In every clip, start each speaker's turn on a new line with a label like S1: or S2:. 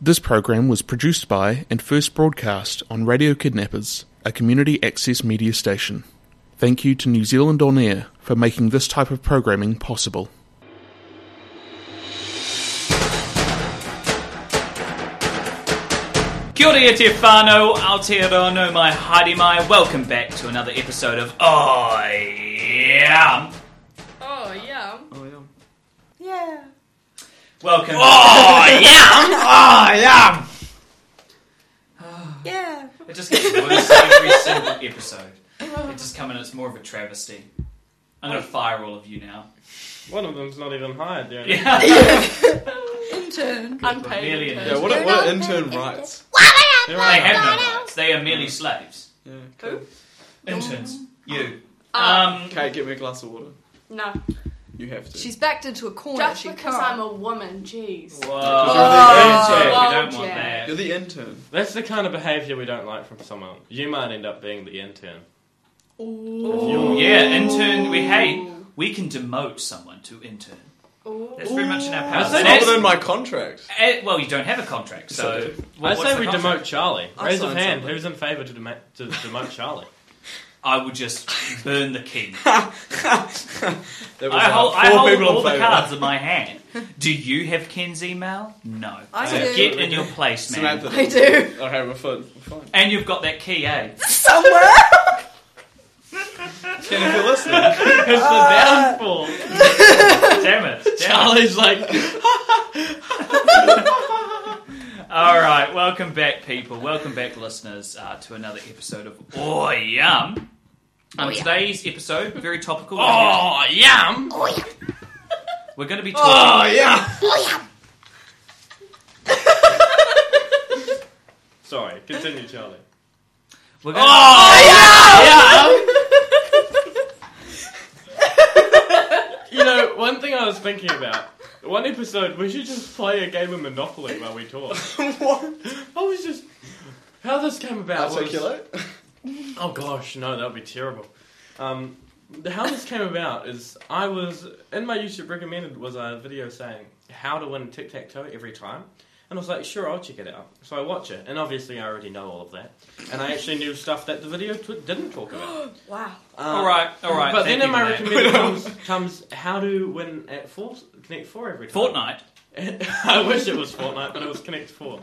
S1: This program was produced by and first broadcast on Radio Kidnappers, a community access media station. Thank you to New Zealand On Air for making this type of programming possible.
S2: Kia ora te whānau, Aotearoa my haere mai. Welcome back to another episode of Oh Yeah.
S3: Oh, yeah.
S4: Yeah.
S2: Welcome. Oh yeah. Oh yeah.
S4: Yeah.
S2: It just gets worse every single episode. It just comes and it's more of a travesty. I'm gonna fire all of you now.
S5: One of them's not even hired yet.
S2: Yeah.
S4: Intern.
S3: Unpaid.
S2: Nearly in
S5: Yeah,
S2: there.
S5: what, a, what an intern rights. They're
S2: They
S5: right.
S2: have no rights. They are merely slaves.
S5: Yeah, cool.
S2: Interns. You.
S3: Ah.
S2: Um.
S5: Okay, get me a glass of water.
S3: No.
S5: You have to.
S4: She's backed into a corner.
S3: Just
S4: she
S3: because
S4: can't.
S3: I'm a woman, jeez.
S5: Because
S2: Whoa.
S5: you're
S2: We
S5: the
S3: intern.
S2: don't want
S3: Well,
S2: that.
S5: You're the intern.
S6: That's the kind of behaviour we don't like from someone. You might end up being the intern.
S2: Ooh, yeah, intern. We hey, we can demote someone to intern.
S3: Ooh.
S2: That's very much in our power.
S6: I
S5: It's
S6: say
S2: And
S6: that's-
S5: not within my contract.
S2: Eh, well, you don't have a contract, so. Well,
S6: I
S2: what's
S6: say
S2: the
S6: we
S2: contract?
S6: demote Charlie.
S5: I'll
S6: Raise of
S5: sign
S6: hand.
S5: something.
S6: Who's in favour to, dema- to demote Charlie?
S2: I will just burn the king.
S5: There was
S2: I
S5: uh,
S2: hold,
S5: four
S2: I hold
S5: people in
S2: all the
S5: favour.
S2: cards in my hand. Do you have Ken's email? No.
S4: I
S2: So
S4: do.
S2: Get in your place, man.
S5: Samantha.
S4: I do.
S5: Okay, we're fine. We're fine.
S2: And you've got that key, eh?
S4: Somewhere.
S5: Ken, if you're listening,
S6: It's the downfall.
S2: Damn it. Damn it.
S6: Charlie's like,
S2: All right. Welcome back, people. Welcome back, listeners, uh, to another episode of Oh Yum. Um, Today's episode, very topical.
S6: oh, yum.
S2: We're going to be talking.
S5: oh yeah.
S6: Sorry, continue, Charlie.
S2: We're gonna, oh,
S6: You know, one thing I was thinking about. One episode, we should just play a game of Monopoly while we talk.
S5: what?
S6: I was just. How this came about was.
S5: Articulate?
S6: Oh gosh, no, that would be terrible. Um, how this came about is I was in my YouTube recommended was a video saying how to win tic tac toe every time, and I was like, sure, I'll check it out. So I watch it, and obviously I already know all of that, and I actually knew stuff that the video t- didn't talk about.
S4: Wow.
S6: Um,
S2: all right. All right.
S6: But
S2: thank
S6: then in
S2: you
S6: my
S2: for that.
S6: recommended comes, comes how to win at four, Connect Four every time.
S2: Fortnite.
S6: I wish it was Fortnite, but it was Connect Four.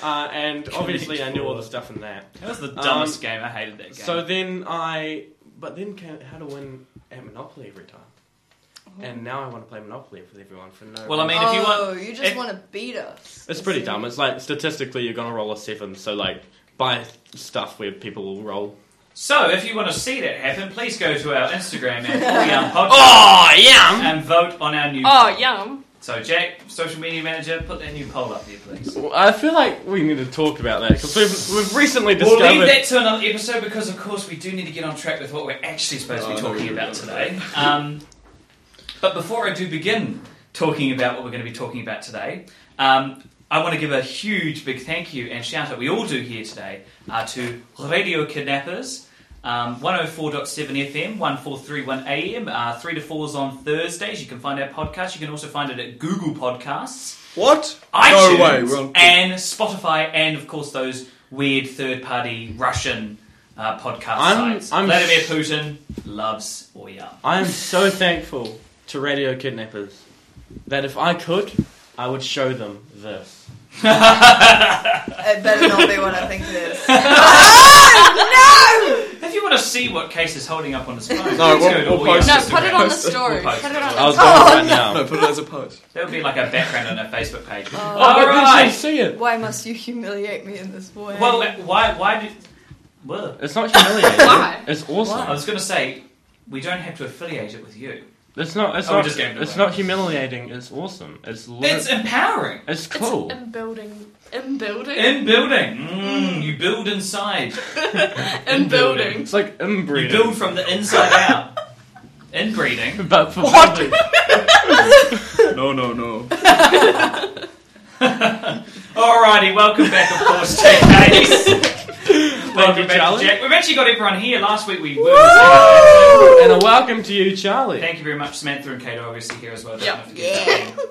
S6: Uh, and obviously, I knew all the stuff in that.
S2: That was the dumbest game. I hated that game.
S6: Um, So then I, but then can, how to win at Monopoly every time, and now I want to play Monopoly with everyone for no.
S2: Well, I mean-
S6: reason.
S2: if you
S4: oh,
S2: want-
S4: you just
S2: if-
S4: want to beat us.
S6: it's pretty dumb. It's like statistically, you're gonna roll a seven, so like buy stuff where people will roll.
S2: So, if you want to see that happen, please go to our Instagram at Young Podcast
S6: Oh yeah.
S2: and vote on our new.
S3: Oh, yum.
S2: So, Jack, social media manager, put that new poll up there, please.
S6: I feel like we need to talk about that because we've, we've recently
S2: We'll
S6: discovered.
S2: leave that to another episode because, of course, we do need to get on track with what we're actually supposed to be
S5: Oh,
S2: talking
S5: no,
S2: about
S5: no,
S2: today. Um, but before I do begin talking about what we're going to be talking about today, um, I want to give a huge big thank you and shout out we all do here today uh, to Radio Kidnappers. Um, 104.7 FM, 143.1 AM, uh, 3 to 4s on Thursdays. You can find our podcast. You can also find it at Google Podcasts
S5: What?
S2: iTunes
S5: no way. We're on.
S2: and Spotify, and of course those weird third-party Russian uh, podcast
S6: I'm-
S2: sites.
S6: I'm
S2: Vladimir
S6: sh-
S2: Putin loves Oya.
S6: I am so thankful to Radio Kidnappers that if I could, I would show them this.
S4: It better not be what I think it is.
S2: If you want to see what Case is holding up on his phone,
S5: No,
S2: please
S5: we'll-
S2: go to
S5: we'll
S2: Oya
S5: post
S3: No,
S5: Just
S3: put it
S2: Instagram.
S3: on the
S5: post-
S3: story.
S2: we'll post
S3: Put
S2: it.
S3: it on
S6: I was
S3: the
S6: doing it right
S5: No,
S6: now.
S5: put it as a post.
S2: That would be like a background on our Facebook page.
S3: Oh.
S6: I
S2: All
S6: would
S2: right.
S6: see it.
S4: Why must you humiliate me in this way?
S2: Well, why? Why did? Well,
S6: It's not humiliating.
S3: Why?
S6: It's awesome.
S2: I was going to say we don't have to affiliate it with you.
S6: It's not. It's
S2: Oh, we
S6: not.
S2: just gave it
S6: it's
S2: away.
S6: not humiliating. It's awesome. It's. Li-
S2: It's
S6: it's,
S2: empowering.
S6: cool.
S3: It's in building. In building?
S2: In building, mm, you build inside.
S3: in building.
S6: It's like
S2: You
S6: inbreeding.
S2: build from the inside out. Inbreeding.
S6: but for
S3: What?
S6: building.
S5: No, no, no.
S2: Alrighty, welcome back, of course, to Case. welcome
S6: you,
S2: back,
S6: Charlie.
S2: Jack. We've actually got everyone here. Last week we were.
S6: and a welcome to you, Charlie.
S2: Thank you very much, Samantha and Kate are obviously here as well. Don't
S3: Yep.
S2: have to get that in.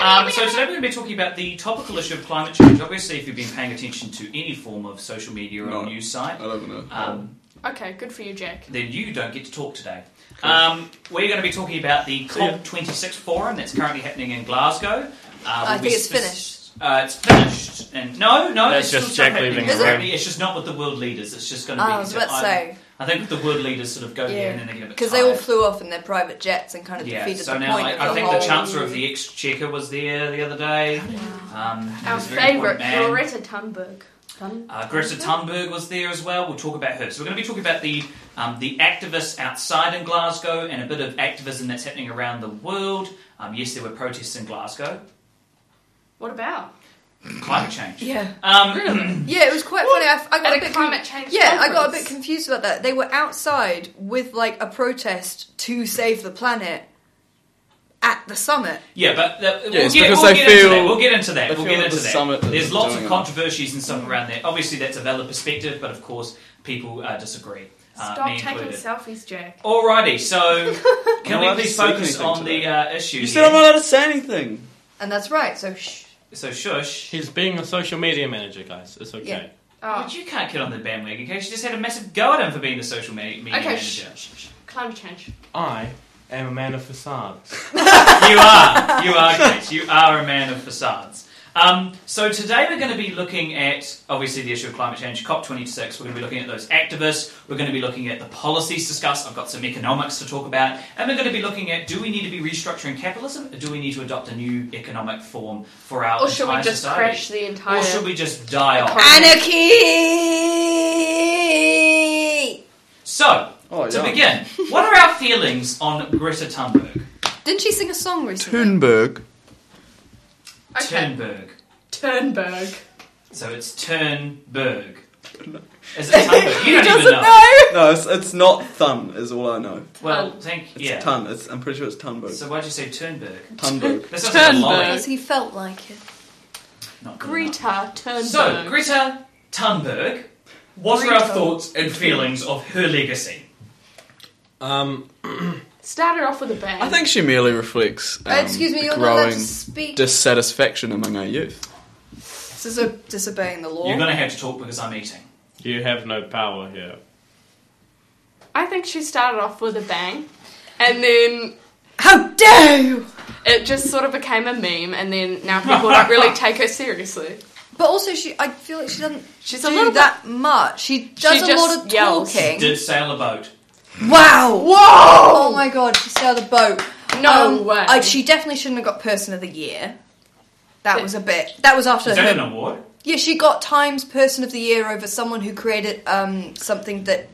S2: Um, so today we're going to be talking about the topical issue of climate change. Obviously, if you've been paying attention to any form of social media or
S5: No.
S2: news site,
S5: I live in a.
S2: um,
S3: Okay, good for you, Jack.
S2: then you don't get to talk today.
S5: Cool.
S2: Um, we're going to be talking about the
S6: See ya.
S2: COP26 forum that's currently happening in Glasgow. Uh,
S4: I
S2: we'll be
S4: think it's
S2: spec-
S4: finished.
S2: Uh, it's finished, and no, no,
S6: That's
S2: it's
S6: just
S2: still
S6: Jack
S2: happening.
S6: leaving
S4: the
S2: Apparently,
S6: room.
S2: It's just not with the world leaders. It's just going to be.
S4: Oh, I was about to
S2: I-
S4: say
S2: I think the world leaders sort of go there
S4: Yeah.
S2: and then they get a bit
S4: because they all
S2: tired.
S4: flew off in their private jets and kind of
S2: Yeah,
S4: defeated
S2: so
S4: the
S2: now
S4: point.
S2: like,
S4: of
S2: I
S4: the
S2: think
S4: whole...
S2: the Chancellor of the Exchequer was there the other day. Um, he
S3: Our
S2: was a very important
S3: favourite,
S2: man.
S3: Loretta Thunberg. Thun-
S2: Uh, Greta Thunberg was there as well. We'll talk about her. So we're going to be talking about the um, the activists outside in Glasgow and a bit of activism that's happening around the world. Um, yes, there were protests in Glasgow.
S3: What about?
S2: Climate change.
S4: Yeah,
S2: Um,
S4: yeah, it was quite funny. I, I got
S3: At
S4: a
S3: a
S4: bit
S3: climate change
S4: Yeah, I got a bit
S3: conference.
S4: confused about that. They were outside with like a protest to save the planet at the summit.
S2: yeah, but uh, we'll,
S5: Yeah, it's
S2: get,
S5: because
S2: we'll,
S5: they
S2: get into
S5: feel-
S2: that. we'll get into that.
S5: they
S2: We'll
S5: feel
S2: get
S5: that
S2: into
S5: the
S2: that.
S5: summit is
S2: There's lots of
S5: doing it.
S2: controversies and stuff around there. Obviously, that's a valid perspective, but of course, people uh, disagree. Uh,
S3: Stop
S2: me
S3: taking
S2: included.
S3: selfies, Jack.
S2: Alrighty, so can
S5: I'm
S2: we
S5: allowed to
S2: please
S5: say
S2: focus
S5: anything
S2: on
S5: today.
S2: the uh, issue?
S5: you
S2: here?
S5: said I'm not allowed to say anything.
S4: And that's right. So shh.
S2: So shush.
S6: He's being a social media manager, guys. It's okay.
S4: Yeah.
S3: Oh,
S2: But you can't get on the bandwagon because you just had a massive go at him for being the social me- media
S3: Okay, sh-
S2: manager.
S3: climate change.
S6: I am a man of facades.
S2: you are, you are, Kate. You are a man of facades. Um, so today we're going to be looking at obviously the issue of climate change, COP26. We're going to be looking at those activists. We're going to be looking at the policies discussed. I've got some economics to talk about, and we're going to be looking at do we need to be restructuring capitalism, or do we need to adopt a new economic form for our
S3: Or should we
S2: Oh, entire
S3: just
S2: society?
S3: crash the entire?
S2: or should we just die off?
S3: Economy.
S4: Anarchy.
S2: So,
S5: Oh,
S2: to
S5: yeah.
S2: begin, what are our feelings on Greta Thunberg?
S4: Didn't she sing a song recently?
S5: Thunberg.
S3: Okay.
S2: Turnberg.
S3: Turnberg.
S2: So it's Turnberg. Is it Turnberg? You
S4: He
S2: don't even
S4: doesn't
S2: know.
S4: know.
S5: No, it's, it's not Thun, is all I know.
S2: Well,
S3: Tun.
S2: thank
S5: It's
S2: yeah.
S5: Tun. It's, I'm pretty sure it's Tunberg.
S2: So why'd you say Turnberg?
S5: Tunberg.
S2: That sounds like a
S3: Turnberg.
S2: lolly.
S4: Because he felt like it.
S2: Not good enough.
S3: Greta Turnberg.
S2: So Greta Thunberg. What are our
S4: Greta.
S2: thoughts and feelings of her legacy?
S6: Um,
S3: started off with a bang.
S5: I think she merely reflects um,
S4: Uh, excuse me,
S5: the
S4: you're not allowed
S5: growing
S4: to speak.
S5: dissatisfaction among our youth.
S4: this is a disobeying the law.
S2: You're going to have to talk because I'm eating.
S6: you have no power here.
S3: I think she started off with a bang, and then
S4: How dare you!
S3: it just sort of became a meme, and then now people don't really take her seriously.
S4: But also, she I feel like she doesn't.
S3: She's
S4: do
S3: a little
S4: that much. She does a
S3: just
S4: lot of
S3: yells.
S4: talking.
S2: Did sail a boat.
S4: Wow! Whoa! Oh my god, she sailed a boat.
S3: bit. No
S4: Um,
S3: way.
S4: I, she definitely shouldn't have got Person of the Year. That was a bit. That was after
S2: Is that an
S4: her.
S2: award?
S4: Yeah, she got Times Person of the Year over someone who created um, something that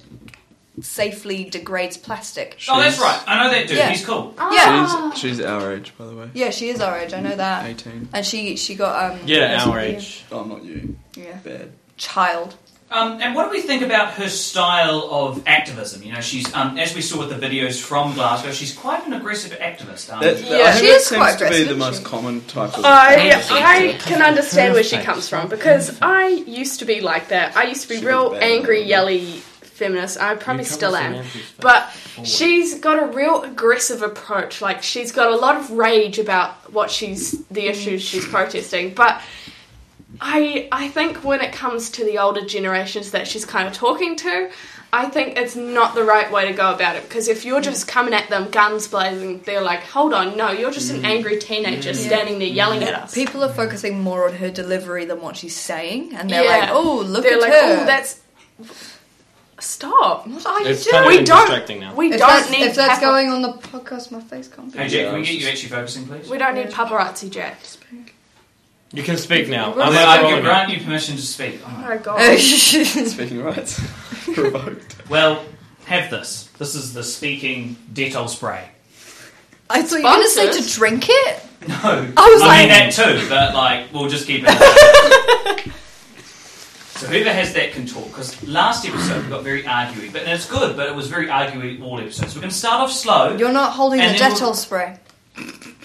S4: safely degrades plastic.
S2: Oh, that's right. I know that dude.
S4: Yeah.
S2: He's cool.
S3: Ah.
S4: Yeah.
S5: She's, she's our age, by the way.
S4: Ah. Yeah, she is our age. I know that.
S5: 18.
S4: And she she got um
S6: Yeah,
S4: Person of
S6: our
S4: the Year.
S6: age.
S5: Oh, not you.
S4: Yeah,
S5: Bad.
S4: child.
S2: Um, and what do we think about her style of activism? You know, she's um, as we saw with the videos from Glasgow, she's quite an aggressive activist. Um,
S5: That, that-
S3: Yeah.
S5: I think
S4: She
S5: that
S4: is
S5: seems
S4: quite
S5: to be
S4: aggressive,
S5: the
S4: isn't
S5: most
S4: she?
S5: common type of.
S3: I I can understand where she comes from because I used to be like that. I used to be
S5: She was
S3: real
S5: bad.
S3: angry, yelly feminist. I probably
S6: You cover
S3: still
S6: some
S3: am.
S6: empty space.
S3: But
S6: Forward.
S3: she's got a real aggressive approach. Like she's got a lot of rage about what she's the issues she's protesting. But I I think when it comes to the older generations that she's kind of talking to, I think it's not the right way to go about it because if you're just coming at them guns blazing, they're like, "Hold on, no, you're just
S5: Mm.
S3: an angry teenager standing there yelling at us."
S4: People are focusing more on her delivery than what she's saying, and they're
S3: Yeah.
S4: like, "Oh, look
S3: they're
S4: at
S3: like,
S4: her."
S3: "Oh, that's stop."
S4: what are you
S6: It's
S4: doing?
S6: kind of
S3: We don't-
S6: distracting now.
S3: We
S4: If
S3: don't
S4: that's,
S3: need
S4: if that's
S3: papar-
S4: going on the podcast, my face can't be.
S2: hey, Jack,
S5: Yeah,
S2: can we
S5: it's
S2: get you
S5: just-
S2: actually focusing, please?
S3: We don't need paparazzi, Jack.
S6: You can speak now.
S4: Well,
S6: I'm
S2: Well, I can
S6: not wrong.
S2: grant you permission to speak. Oh,
S3: Oh
S2: no.
S3: my god.
S4: That's
S5: Speaking of rights, revoked.
S2: Well, have this. This is the speaking Dettol spray.
S4: I thought you were going to say to
S3: Sponsors?
S4: drink it.
S2: No,
S4: I was
S2: mean
S4: like-
S2: that too, but like we'll just keep it. so whoever has that can talk. Because last episode we got very arguey, but and it's good, but it was very arguey all episodes. We're going to start off slow.
S4: You're not holding
S2: And
S4: the
S2: then
S4: Dettol
S2: we'll-
S4: spray.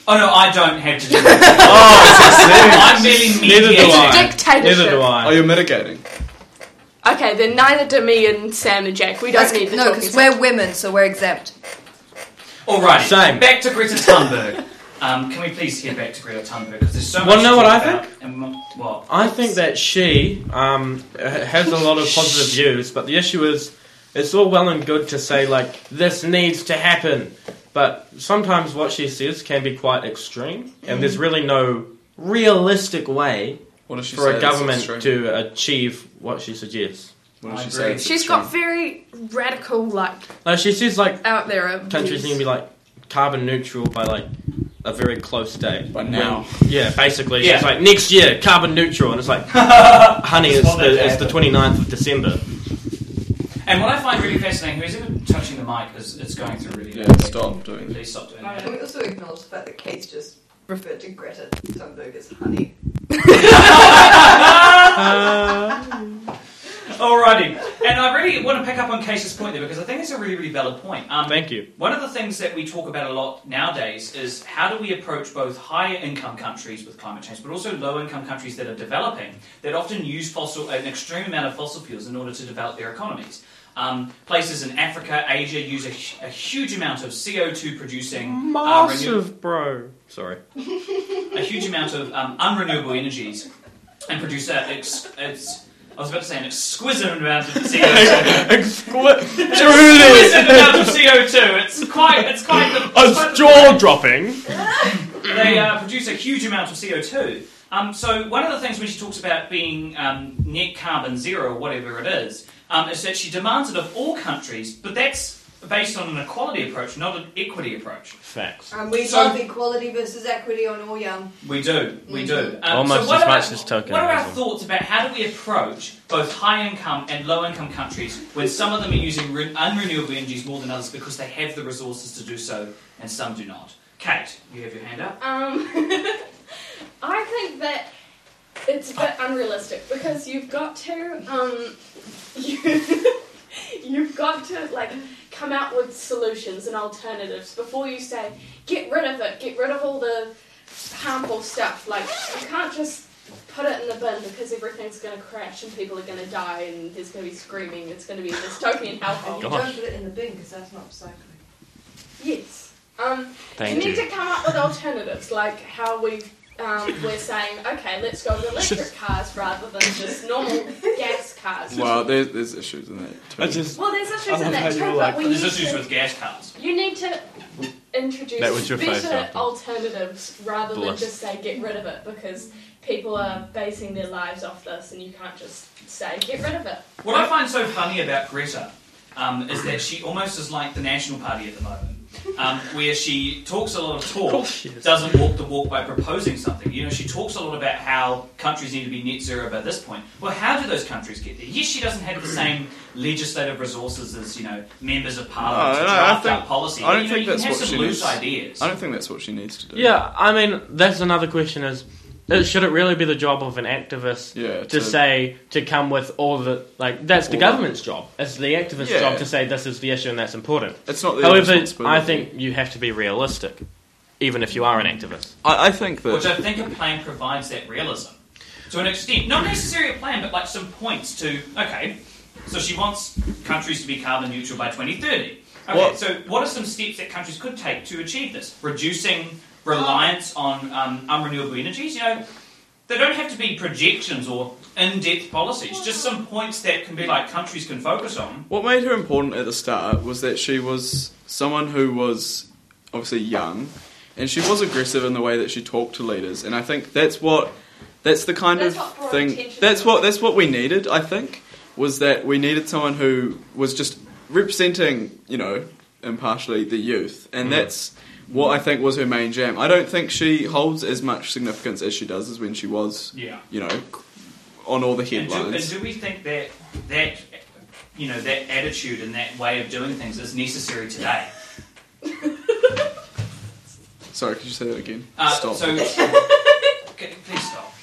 S2: Oh no, I don't have to do that. I'm merely
S6: Neither do
S2: mediating.
S6: I.
S3: Dictatorship.
S6: Neither do
S5: Oh,
S6: I.
S5: you're mitigating.
S3: Okay, then neither do me and Sam and Jack. We don't
S4: That's-
S3: need the
S4: no,
S3: talking
S4: because
S3: stage.
S4: we're women, so we're exempt.
S2: All right,
S6: Same.
S2: back to Greta Thunberg. Um, can we please head back to Greta Thunberg? Because there's so
S6: Wanna
S2: much.
S6: know
S2: to
S6: what
S2: talk
S6: I
S2: about, And mo- well,
S6: I think that she um, h- has a lot of positive views, but the issue is it's all well and good to say, like, this needs to happen, but sometimes what she says can be quite extreme, and
S5: Mm.
S6: there's really no realistic way
S5: What does she
S6: for
S5: say
S6: a
S5: that's
S6: government
S5: extreme?
S6: to achieve what she suggests.
S5: What does
S2: I
S5: she
S2: agree.
S5: say? that's
S3: She's
S5: extreme?
S3: got very radical, like
S6: Like, she says, like,
S3: out there. Of
S6: countries need to be, like, carbon neutral by, like, a very close date.
S5: By now.
S6: Yeah, basically.
S2: Yeah.
S6: She's like, next year, carbon neutral. And it's like, honey,
S2: Just
S6: it's
S2: want that to
S6: the, it's the
S2: happen.
S6: 29th of December.
S2: and what I find really fascinating, who's ever touching the mic is it's going through really.
S5: Yeah, stop doing that.
S2: Please stop doing
S7: Can
S2: that.
S7: we also acknowledge the fact that Kate's just referred to Greta Thunberg as honey?
S6: Uh,
S2: Alrighty, and I really want to pick up on Casey's point there because I think it's a really, really valid point. Um,
S6: Thank you.
S2: One of the things that we talk about a lot nowadays is how do we approach both higher income countries with climate change, but also low income countries that are developing that often use fossil an extreme amount of fossil fuels in order to develop their economies. Um, places in Africa, Asia use a, hu- a huge amount of CO2 producing uh, renew-
S6: Massive, bro. Sorry.
S2: a huge amount of um, unrenewable energies and produce a, ex, ex, I was about to say an exquisite amount of CO2. exquisite amount of CO2. It's quite. It's quite. The, quite the-
S6: jaw dropping.
S2: they uh, produce a huge amount of CO2. Um, so one of the things when she talks about being um, net carbon zero or whatever it is, um, is that she demands it of all countries, but that's based on an equality approach, not an equity approach.
S6: Facts.
S4: And we
S2: So-
S4: love equality versus equity on all young.
S2: We do, we do.
S3: Mm-hmm.
S2: Um,
S6: Almost
S2: so what
S6: as much
S2: about-
S6: as tokenism.
S2: What are our thoughts about how do we approach both high income and low income countries when some of them are using re- unrenewable energies more than others because they have the resources to do so and some do not? Kate, you have your hand up.
S3: Um, I think that it's a bit unrealistic because you've got to, um, you, you've got to like come out with solutions and alternatives before you say get rid of it, get rid of all the harmful stuff. Like you can't just put it in the bin because everything's going to crash and people are going to die and there's going to be screaming. It's going to be a dystopian
S7: Oh,
S3: hellhole.
S7: you
S6: Gosh.
S7: don't put it in the bin because that's not recycling.
S3: Yes. Um,
S6: Thank
S3: you need
S6: you.
S3: to come up with alternatives, like how we um, we're saying, okay, let's go with electric cars rather than just normal gas cars.
S5: Well, there's, there's issues in that. Too.
S6: I just.
S3: Well, there's issues
S6: I love
S3: in
S6: how
S3: that
S6: you
S3: too,
S6: were
S3: but
S6: like,
S3: we need
S2: There's issues
S3: to,
S2: with gas cars.
S3: you need to introduce
S6: That was your face
S3: better
S6: after.
S3: alternatives rather than
S6: Bless.
S3: just say get rid of it because people are basing their lives off this, and you can't just say get rid of it.
S2: What I find so funny about Greta um, is that she almost is like the National Party at the moment, um, where she talks a lot of talk,
S6: course she is.
S2: doesn't walk the walk by proposing something. You know, she talks a lot about how countries need to be net zero by this point. Well, how do those countries get there? Yes, she doesn't have the same legislative resources as you know members of parliament
S5: No,
S2: to
S5: no, I
S2: draft
S5: think-
S2: up policy.
S5: I
S2: but,
S5: don't
S2: you know,
S5: think
S2: you
S5: that's
S2: can have
S5: what
S2: some
S5: she
S2: loose
S5: needs.
S2: ideas.
S5: I don't think that's what she needs to do.
S6: Yeah, I mean, that's another question is uh, should it really be the job of an activist
S5: Yeah,
S6: to,
S5: to-
S6: say, to come with all the. Like, that's the
S5: All the-
S6: government's job. It's the activist's
S5: Yeah.
S6: job to say this is the issue and that's important.
S5: It's not their
S6: However, I
S5: responsibility.
S6: think you have to be realistic, even if you are an activist.
S5: I, I think that.
S2: Which I think a plan provides that realism to an extent. Not necessarily a plan, but like some points to, okay, so she wants countries to be carbon neutral by 2030. Okay,
S5: What-
S2: so what are some steps that countries could take to achieve this? Reducing reliance on um, unrenewable energies? You know, they don't have to be projections or in depth policies, just some points that can be like countries can focus on.
S5: What made her important at the start was that she was someone who was obviously young, and she was aggressive in the way that she talked to leaders, and I think that's what that's the kind
S4: That's what
S5: of
S4: brought
S5: thing
S4: attention to
S5: that's
S4: it.
S5: what that's what we needed. I think was that we needed someone who was just representing, you know, impartially the youth,
S2: Mm-hmm.
S5: and that's what I think was her main jam. I don't think she holds as much significance as she does as when she was,
S2: Yeah.
S5: you know, on all the
S2: And do,
S5: headlines.
S2: and do we think that that you know that attitude and that way of doing things is necessary today?
S5: Sorry, could you say that again?
S2: Uh,
S5: Stop.
S2: So, Okay, please stop.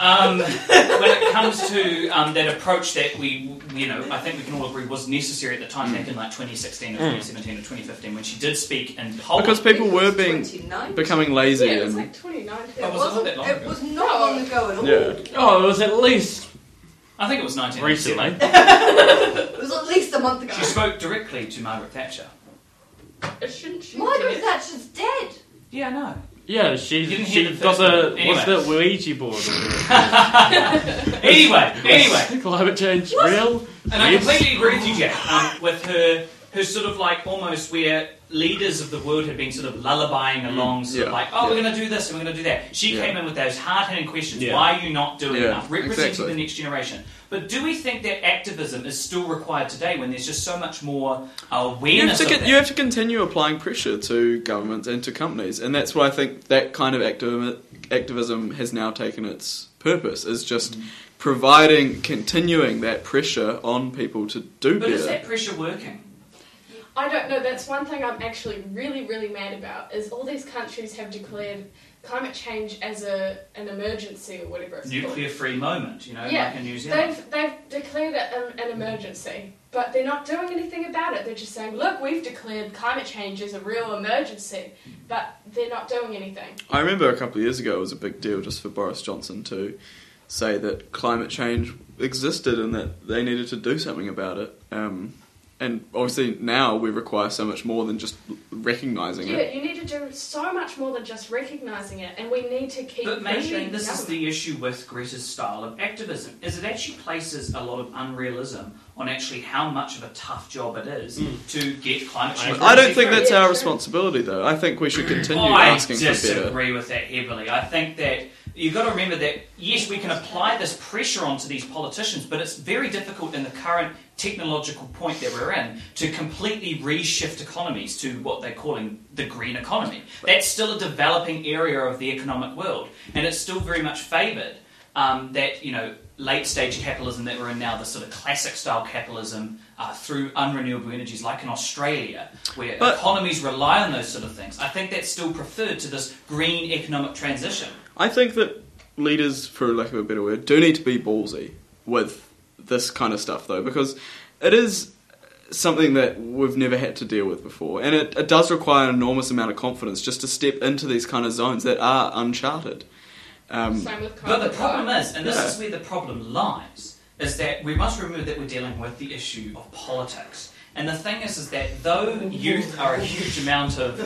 S2: Um, when it comes to um, that approach that we, you know, I think we can all agree was necessary at the time,
S5: Hmm.
S2: back in like 2016 or 2017 or 2015, when she did speak in Poland.
S5: because people
S7: I think it
S5: were
S7: was
S5: being
S7: 29.
S5: becoming lazy
S3: Yeah, it was
S6: um,
S5: and
S3: like 29.
S2: Oh, was it
S7: wasn't-
S2: that long
S7: it
S2: ago?
S7: was not long ago at all.
S5: yeah.
S6: Oh, it was at least
S2: I think it was 19.
S6: recently.
S7: It was at least a month ago.
S2: She spoke directly to Margaret Thatcher.
S3: It shouldn't.
S7: Margaret Thatcher's dead.
S2: Yeah, I know.
S6: Yeah,
S2: You
S6: she
S2: didn't
S6: she
S2: hear the
S6: got
S2: first one.
S6: the what's
S2: Anyway.
S6: the Ouija board? or whatever.
S2: Anyway, anyway.
S6: climate change real?
S2: And I
S6: Yes.
S2: completely agree with you, Jack, um, with her, her sort of like almost where leaders of the world had been sort of lullabying along, sort of
S5: Mm, yeah,
S2: like, oh, we're
S5: yeah.
S2: going to do this and we're going to do that. She
S5: Yeah.
S2: came in with those hard hitting questions
S6: Yeah.
S2: why are you not doing
S5: Yeah,
S2: enough? Representing
S5: exactly.
S2: the next generation. But do we think that activism is still required today when there's just so much more
S5: You have,
S2: awareness?
S5: to
S2: of
S5: get,
S2: that?
S5: you have to continue applying pressure to governments and to companies, and that's why I think that kind of activism, activism has now taken its purpose. Is just
S2: Mm.
S5: providing, continuing that pressure on people to do
S2: but is
S5: better.
S2: that pressure working?
S8: I don't know. That's one thing I'm actually really, really mad about is all these countries have declared climate change as a an emergency or whatever it's
S2: Nuclear free moment, you know,
S8: Yeah,
S2: like in New
S8: called.
S2: Zealand.
S8: They've they've declared it an, an emergency, but they're not doing anything about it. They're just saying, look, we've declared climate change as a real emergency, but they're not doing anything.
S5: I remember a couple of years ago, it was a big deal just for Boris Johnson to say that climate change existed and that they needed to do something about it. Um, and obviously now we require so much more than just recognising
S8: Yeah,
S5: it.
S8: you need to do so much more than just recognizing it, and we need to keep.
S2: But maybe
S8: pressuring
S2: this is
S8: government.
S2: the issue with Greta's style of activism, is it actually places a lot of unrealism on actually how much of a tough job it is to get climate change.
S5: Hmm. I don't think that's
S8: Yeah,
S5: our
S8: sure.
S5: responsibility, though. I think we should continue
S2: Oh, I
S5: asking for better.
S2: disagree with that heavily. I think that you've got to remember that yes, we can apply this pressure onto these politicians, but it's very difficult in the current technological point that we're in to completely reshift economies to what they're calling the green economy. That's still a developing area of the economic world, and it's still very much favoured um, that you know late stage capitalism that we're in now, the sort of classic style capitalism. Uh, through unrenewable energies, like in Australia, where
S5: But-
S2: economies rely on those sort of things. I think that's still preferred to this green economic transition.
S5: I think that leaders, for lack of a better word, do need to be ballsy with this kind of stuff, though, because it is something that we've never had to deal with before, and it, it does require an enormous amount of confidence just to step into these kind of zones that are uncharted. Um,
S8: Same with
S2: But the
S8: climate
S2: problem
S8: change.
S2: is, and this
S5: Yeah.
S2: is where the problem lies, is that we must remember that we're dealing with the issue of politics. And the thing is, is that though youth are a huge amount of,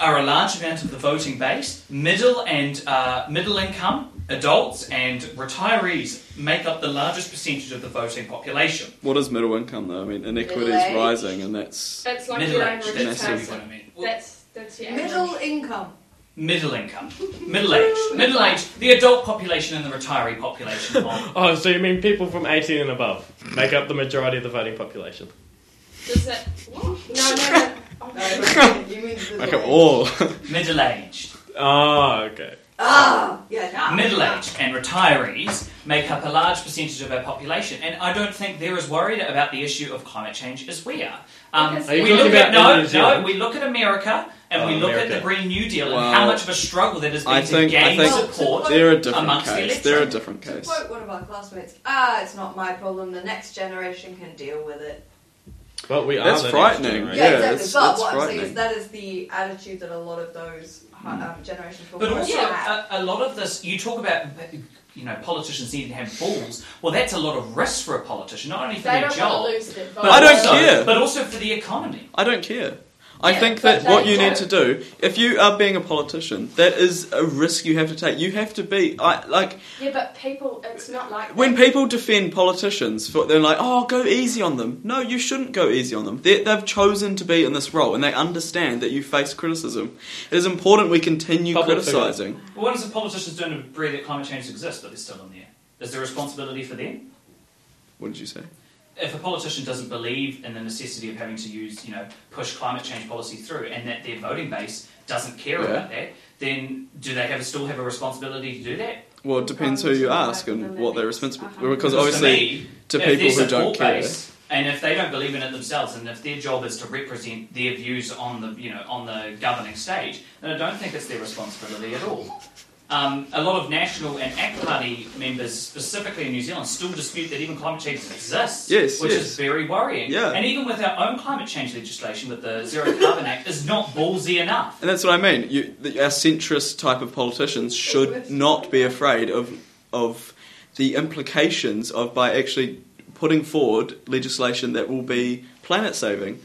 S2: are a large amount of the voting base, middle and uh, middle income adults and retirees make up the largest percentage of the voting population.
S5: what is middle income, though? I mean, inequity
S7: Middle
S5: is
S7: age.
S5: rising, and that's.
S8: It's like
S2: middle
S8: your average
S2: age, that's
S5: massive.
S8: person.
S2: what I mean.
S8: That's that's your average.
S7: Middle income.
S2: Middle income, middle age, middle age, the adult population and the retiree population. of-
S6: Oh, so you mean people from 18 and above make up the majority of the voting population?
S8: Does it? No, no, no. Oh,
S7: No, you mean the
S5: Like
S7: middle
S5: all.
S2: middle aged,
S6: Oh, okay.
S7: Ah, yeah, nah.
S2: middle aged, and retirees make up a large percentage of our population, and I don't think they're as worried about the issue of climate change as we are. Um,
S8: Because-
S6: Are you
S2: we
S6: talking
S2: look at
S6: about in
S2: no,
S6: New
S2: no,
S6: Zealand?
S2: we look at America and
S6: Oh,
S2: we look
S6: America.
S2: at the Green New Deal
S5: Wow.
S2: and how much of a struggle that has been
S5: I
S2: to
S5: think- I
S2: gain
S5: think-
S2: support.
S5: They're a different
S2: Amongst the
S5: case. They're a
S2: electorate.
S5: different
S7: To
S5: case.
S7: quote one of our classmates, ah, it's not my problem, the next generation can deal with it.
S6: But we
S5: That's
S6: are the
S5: frightening.
S6: next generation.
S5: Yeah,
S7: Yeah, exactly.
S5: it's- it's
S7: but what I'm saying
S5: frightening. Hmm.
S7: is that is the attitude that a lot of those um, generations will
S2: But also, uh,
S7: have.
S2: a, a lot of this, you talk about, you know, politicians needing to have balls. Well, that's a lot of risk for a politician, not only for
S8: They
S2: their
S8: don't
S2: job.
S8: want to lose their vote.
S2: But
S5: I don't
S2: also,
S5: care.
S2: But also for the economy.
S5: I don't care. I
S8: Yeah,
S5: think
S8: but
S5: that what
S8: they
S5: you need
S8: don't.
S5: to do, if you are being a politician, that is a risk you have to take. You have to be, I, like,
S8: Yeah, but people, it's not like
S5: when
S8: that.
S5: people defend politicians, for, they're like, oh, go easy on them. No, you shouldn't go easy on them. they they've chosen to be in this role and they understand that you face criticism. It is important we continue
S6: Public
S5: criticising.
S2: But what is the politicians doing to agree that climate change exists, but they're still in there? Is there responsibility for them?
S5: What did you say?
S2: If a politician doesn't believe in the necessity of having to use, you know, push climate change policy through, and that their voting base doesn't care
S5: Yeah.
S2: about that, then do they have still have a responsibility to do that?
S5: Well, it depends
S8: Um,
S5: who you ask and what they're responsible for. Because
S2: to
S5: obviously,
S2: me,
S5: to
S2: if
S5: people
S2: their
S5: who don't
S2: support
S5: care.
S2: base, and if they don't believe in it themselves, and if their job is to represent their views on the you know on the governing stage, then I don't think it's their responsibility at all. Um, a lot of national and ACT Party members, specifically in New Zealand, still dispute that even climate change exists,
S5: Yes,
S2: which
S5: yes.
S2: is very worrying.
S5: Yeah.
S2: And even with our own climate change legislation, with the Zero Carbon Act, is not ballsy enough.
S5: And that's what I mean. You, the, our centrist type of politicians should not be afraid of of the implications of by actually putting forward legislation that will be planet saving.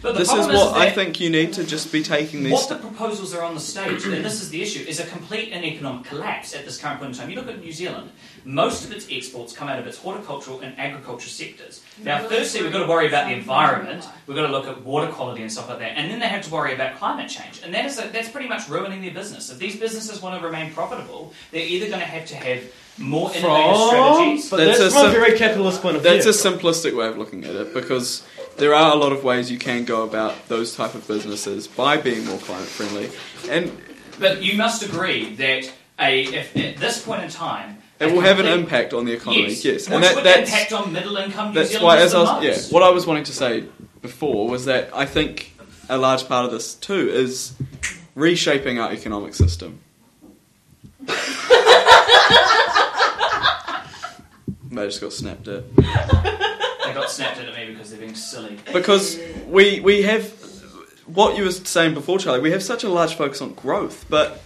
S2: But the
S5: This is
S2: problem
S5: what I
S2: that-
S5: think you need to just be taking these.
S2: What the proposals are on the stage, and this is the issue, is a complete and economic collapse at this current point in time. You look at New Zealand, most of its exports come out of its horticultural and agriculture sectors. Now, firstly, we've got to worry about the environment, we've got to look at water quality and stuff like that, and then they have to worry about climate change. And that is a, that's pretty much ruining their business. If these businesses want to remain profitable, they're either going to have to have more innovative strategies.
S6: But
S5: That's
S6: that's,
S5: a
S6: from a
S5: sim-
S6: very capitalist point of
S5: That's a
S6: view.
S5: simplistic way of looking at it because there are a lot of ways you can go about those type of businesses by being more climate friendly, and
S2: But you must agree that a, if at this point in time, a
S5: it will have an
S2: complete-
S5: impact on the economy. Yes, and
S2: which
S5: that,
S2: would
S5: that's
S2: impact on middle income New
S5: that's why
S2: Zealanders
S5: as I
S2: the
S5: was, yeah,
S2: most.
S5: what I was wanting to say before was that I think a large part of this too is reshaping our economic system. I just got snapped at.
S2: They got snapped at me because they're being silly.
S5: because we we have what you were saying before, Charlie. We have such a large focus on growth, but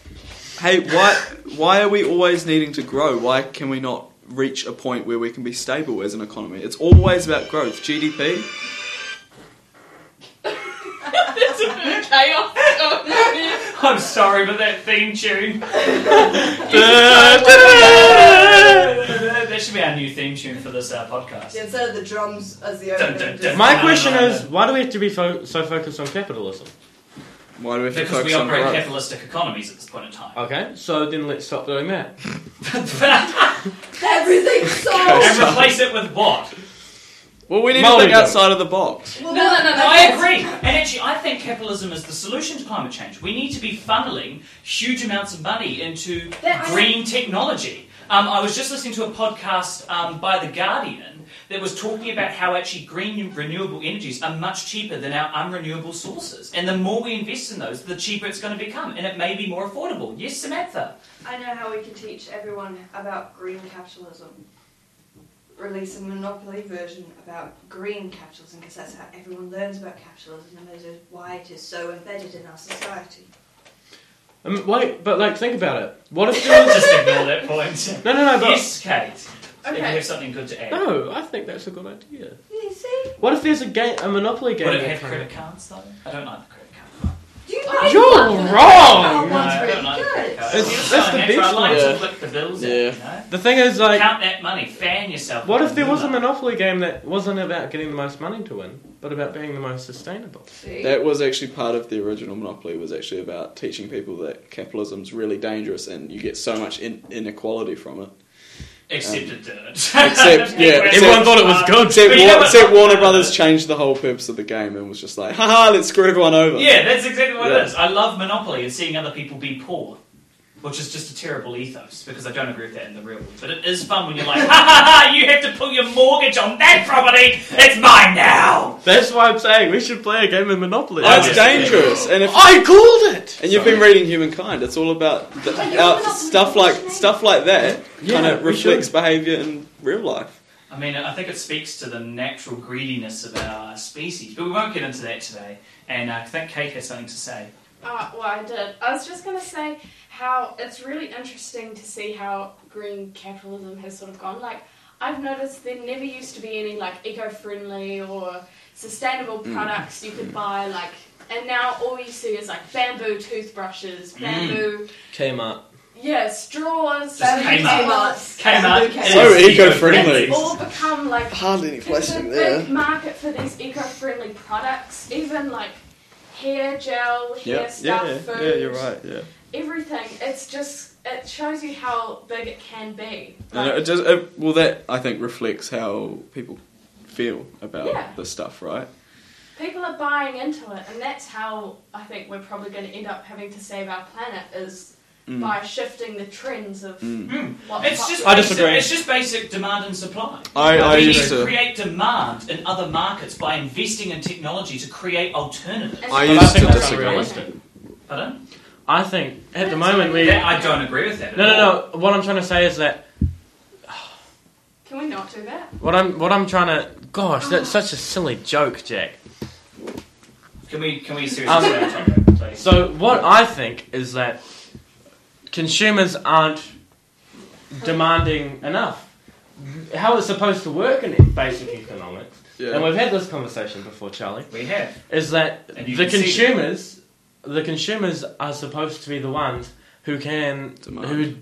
S5: hey, why why are we always needing to grow? Why can we not reach a point where we can be stable as an economy? It's always about growth. GDP.
S8: There's a bit of chaos. going on here.
S2: I'm sorry, but that theme tune. that should be our new theme tune for this uh, podcast.
S7: Yeah, instead of the drums as the
S2: Dun,
S7: opening.
S2: dun,
S7: just-
S6: My question is, why do we have to be fo- so focused on capitalism?
S5: Why do we have to
S2: Because we
S5: focus on
S2: operate
S5: growth?
S2: capitalistic economies at this point in time.
S6: Okay, so then let's stop doing that.
S7: Everything's so.
S2: and replace it with what?
S5: well, we need to
S6: Maori
S5: think
S6: though.
S5: outside of the box.
S7: Well,
S8: No, no, no, no.
S2: I agree. And actually, I think capitalism is the solution to climate change. We need to be funneling huge amounts of money into
S8: That- I-
S2: green technology. Um, I was just listening to a podcast um, by The Guardian that was talking about how actually green renewable energies are much cheaper than our unrenewable sources. And the more we invest in those, the cheaper it's going to become. And it may be more affordable. Yes, Samantha?
S7: I know how we can teach everyone about green capitalism. Release a monopoly version about green capitalism because that's how everyone learns about capitalism, no matter why it is so embedded in our society.
S6: Um, wait, but like, think about it. What if there was...
S2: just ignore that point.
S6: No, no, no, but...
S2: Yes, Kate. If you
S8: Okay.
S2: have something good to add.
S6: No, I think that's a good idea.
S7: You see,
S6: What if there's a game, a Monopoly game?
S2: Would it
S6: that
S2: have
S6: came
S2: credit
S6: out?
S2: cards, though? I don't like the credit card.
S7: you
S8: I-
S6: You're
S7: Oh,
S6: wrong.
S7: one's
S2: I
S7: really
S2: don't like
S7: good.
S2: that.
S6: It's-
S2: It's
S6: that's the
S2: fine, I
S6: best
S2: like
S5: one.
S2: to flip the bills
S5: Yeah.
S2: in, you know?
S6: The thing is, like,
S2: Count that money, fan yourself.
S6: what if there was a Monopoly game that wasn't about getting the most money to win, but about being the most sustainable?
S7: see.
S5: That was actually part of the original Monopoly. Was actually about teaching people that capitalism's really dangerous and you get so much in- inequality from it.
S2: Except it didn't.
S5: Except- yeah,
S6: Everyone thought it was good.
S5: Except,
S2: But you
S5: War-
S2: know what-
S5: except Warner Brothers changed the whole purpose of the game and was just like, haha, let's screw everyone over.
S2: Yeah, that's exactly what
S5: Yeah.
S2: it is. I love Monopoly and seeing other people be poor, which is just a terrible ethos because I don't agree with that in the real world. But it is fun when you're like, ha ha ha, you have to pull your mortgage on that property. It's mine now.
S6: That's why I'm saying we should play a game of Monopoly.
S5: Oh, it's
S2: Obviously.
S5: dangerous. And if
S6: I called it.
S5: and you've been reading Humankind, it's all about the, uh, stuff like stuff like that.
S6: Yeah,
S5: kind of
S6: we
S5: reflects
S6: should.
S5: behaviour in real life.
S2: I mean, I think it speaks to the natural greediness of our species, but we won't get into that today. And uh, I think Kate has something to say.
S8: Uh, well, I did. I was just going to say how it's really interesting to see how green capitalism has sort of gone. Like, I've noticed there never used to be any like eco-friendly or sustainable
S2: Hmm.
S8: products you could buy. Like, and now all you see is like bamboo toothbrushes, bamboo,
S6: Kmart.
S8: yeah,
S2: Hmm.
S8: straws.
S2: Just
S8: bamboo
S2: Kmart.
S8: straws.
S2: Came out
S7: Okay.
S2: it
S5: So
S2: is
S5: eco-friendly.
S8: It's all become like
S5: Hardly any
S8: There's a big market for these eco-friendly products, even like hair gel, hair
S5: Yeah,
S8: stuff,
S5: yeah, yeah,
S8: food,
S5: yeah, you're right. Yeah,
S8: everything. It's just it shows you how big it can be.
S5: and it
S8: Like,
S5: just it, well, that I think reflects how people feel about
S8: Yeah.
S5: this stuff, right?
S8: people are buying into it, and that's how I think we're probably going to end up having to save our planet is
S5: Mm.
S8: by shifting the trends of what
S2: Hmm. It's just
S6: I
S2: basic-
S6: disagree.
S2: It's just basic demand and supply.
S5: I, I
S2: we need
S5: used
S2: to
S5: to.
S2: create demand in other markets by investing in technology to create alternatives.
S8: And
S5: I
S8: it's
S5: used
S8: just
S5: to
S8: not
S5: disagree.
S8: realistic.
S2: Pardon?
S6: I think at the moment we.
S2: That- I don't agree with that. at
S6: No,
S2: all.
S6: no, no. What I'm trying to say is that
S8: Can we not do that?
S6: what I'm what I'm trying to. Gosh, that's such a silly joke, Jack.
S2: Can we can we seriously
S6: Um,
S2: stay on topic, please?
S6: So what I think is that consumers aren't demanding enough. how it's supposed to work in basic economics. And
S5: Yeah.
S6: we've had this conversation before, Charlie.
S2: We have.
S6: Is that
S2: And you
S6: the
S2: can see it.
S6: consumers? The consumers are supposed to be the ones who can
S5: Demand.
S6: who.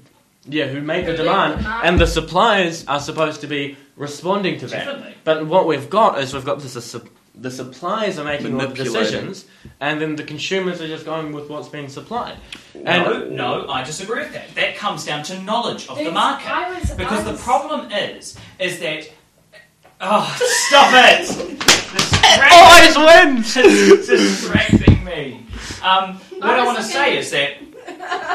S6: Yeah, who make the
S8: Who
S6: demand,
S8: make the demand.
S6: and the suppliers are supposed to be responding to that.
S2: Definitely.
S6: But what we've got is we've got the, su- the suppliers are making all the
S5: Manipulating.
S6: decisions, and then the consumers are just going with what's being supplied.
S2: No, no, I disagree with that. That comes down to knowledge of the
S8: That's-
S2: market.
S8: I was- I
S2: Because the
S8: was-
S2: problem is, is that. Oh, stop it!
S6: Always wins.
S2: It's distracting me. Um, what
S8: I
S2: I,
S8: was
S2: want to
S8: looking-
S2: say is that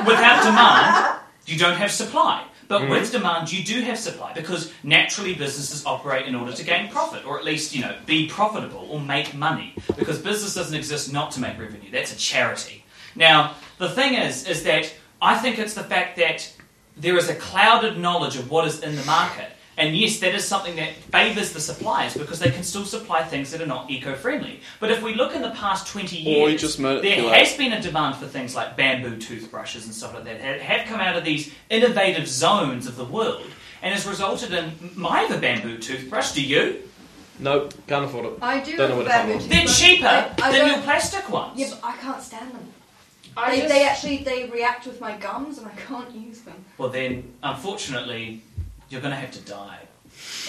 S2: without demand, you don't have supply. But
S5: Mm-hmm.
S2: with demand, you do have supply because naturally businesses operate in order to gain profit, or at least you know be profitable or make money. Because business doesn't exist not to make revenue. That's a charity. Now the thing is, is that I think it's the fact that there is a clouded knowledge of what is in the market. And yes, that is something that favours the suppliers because they can still supply things that are not eco-friendly. But if we look in the past twenty years,
S5: Or you just
S2: there
S5: manipulate.
S2: has been a demand for things like bamboo toothbrushes and stuff like that that have come out of these innovative zones of the world and has resulted in my other bamboo toothbrush. Do you?
S6: Nope, can't afford it.
S4: I do
S6: Don't know
S4: have
S6: what to
S4: a bamboo
S6: follow.
S2: They're
S4: toothbrush.
S2: cheaper
S4: I- I
S2: than
S4: don't-
S2: your plastic ones.
S4: Yeah, but I can't stand them.
S8: I
S4: They,
S8: just,
S4: they actually they react with my gums and I can't use them.
S2: Well, then, unfortunately, you're going to have to die.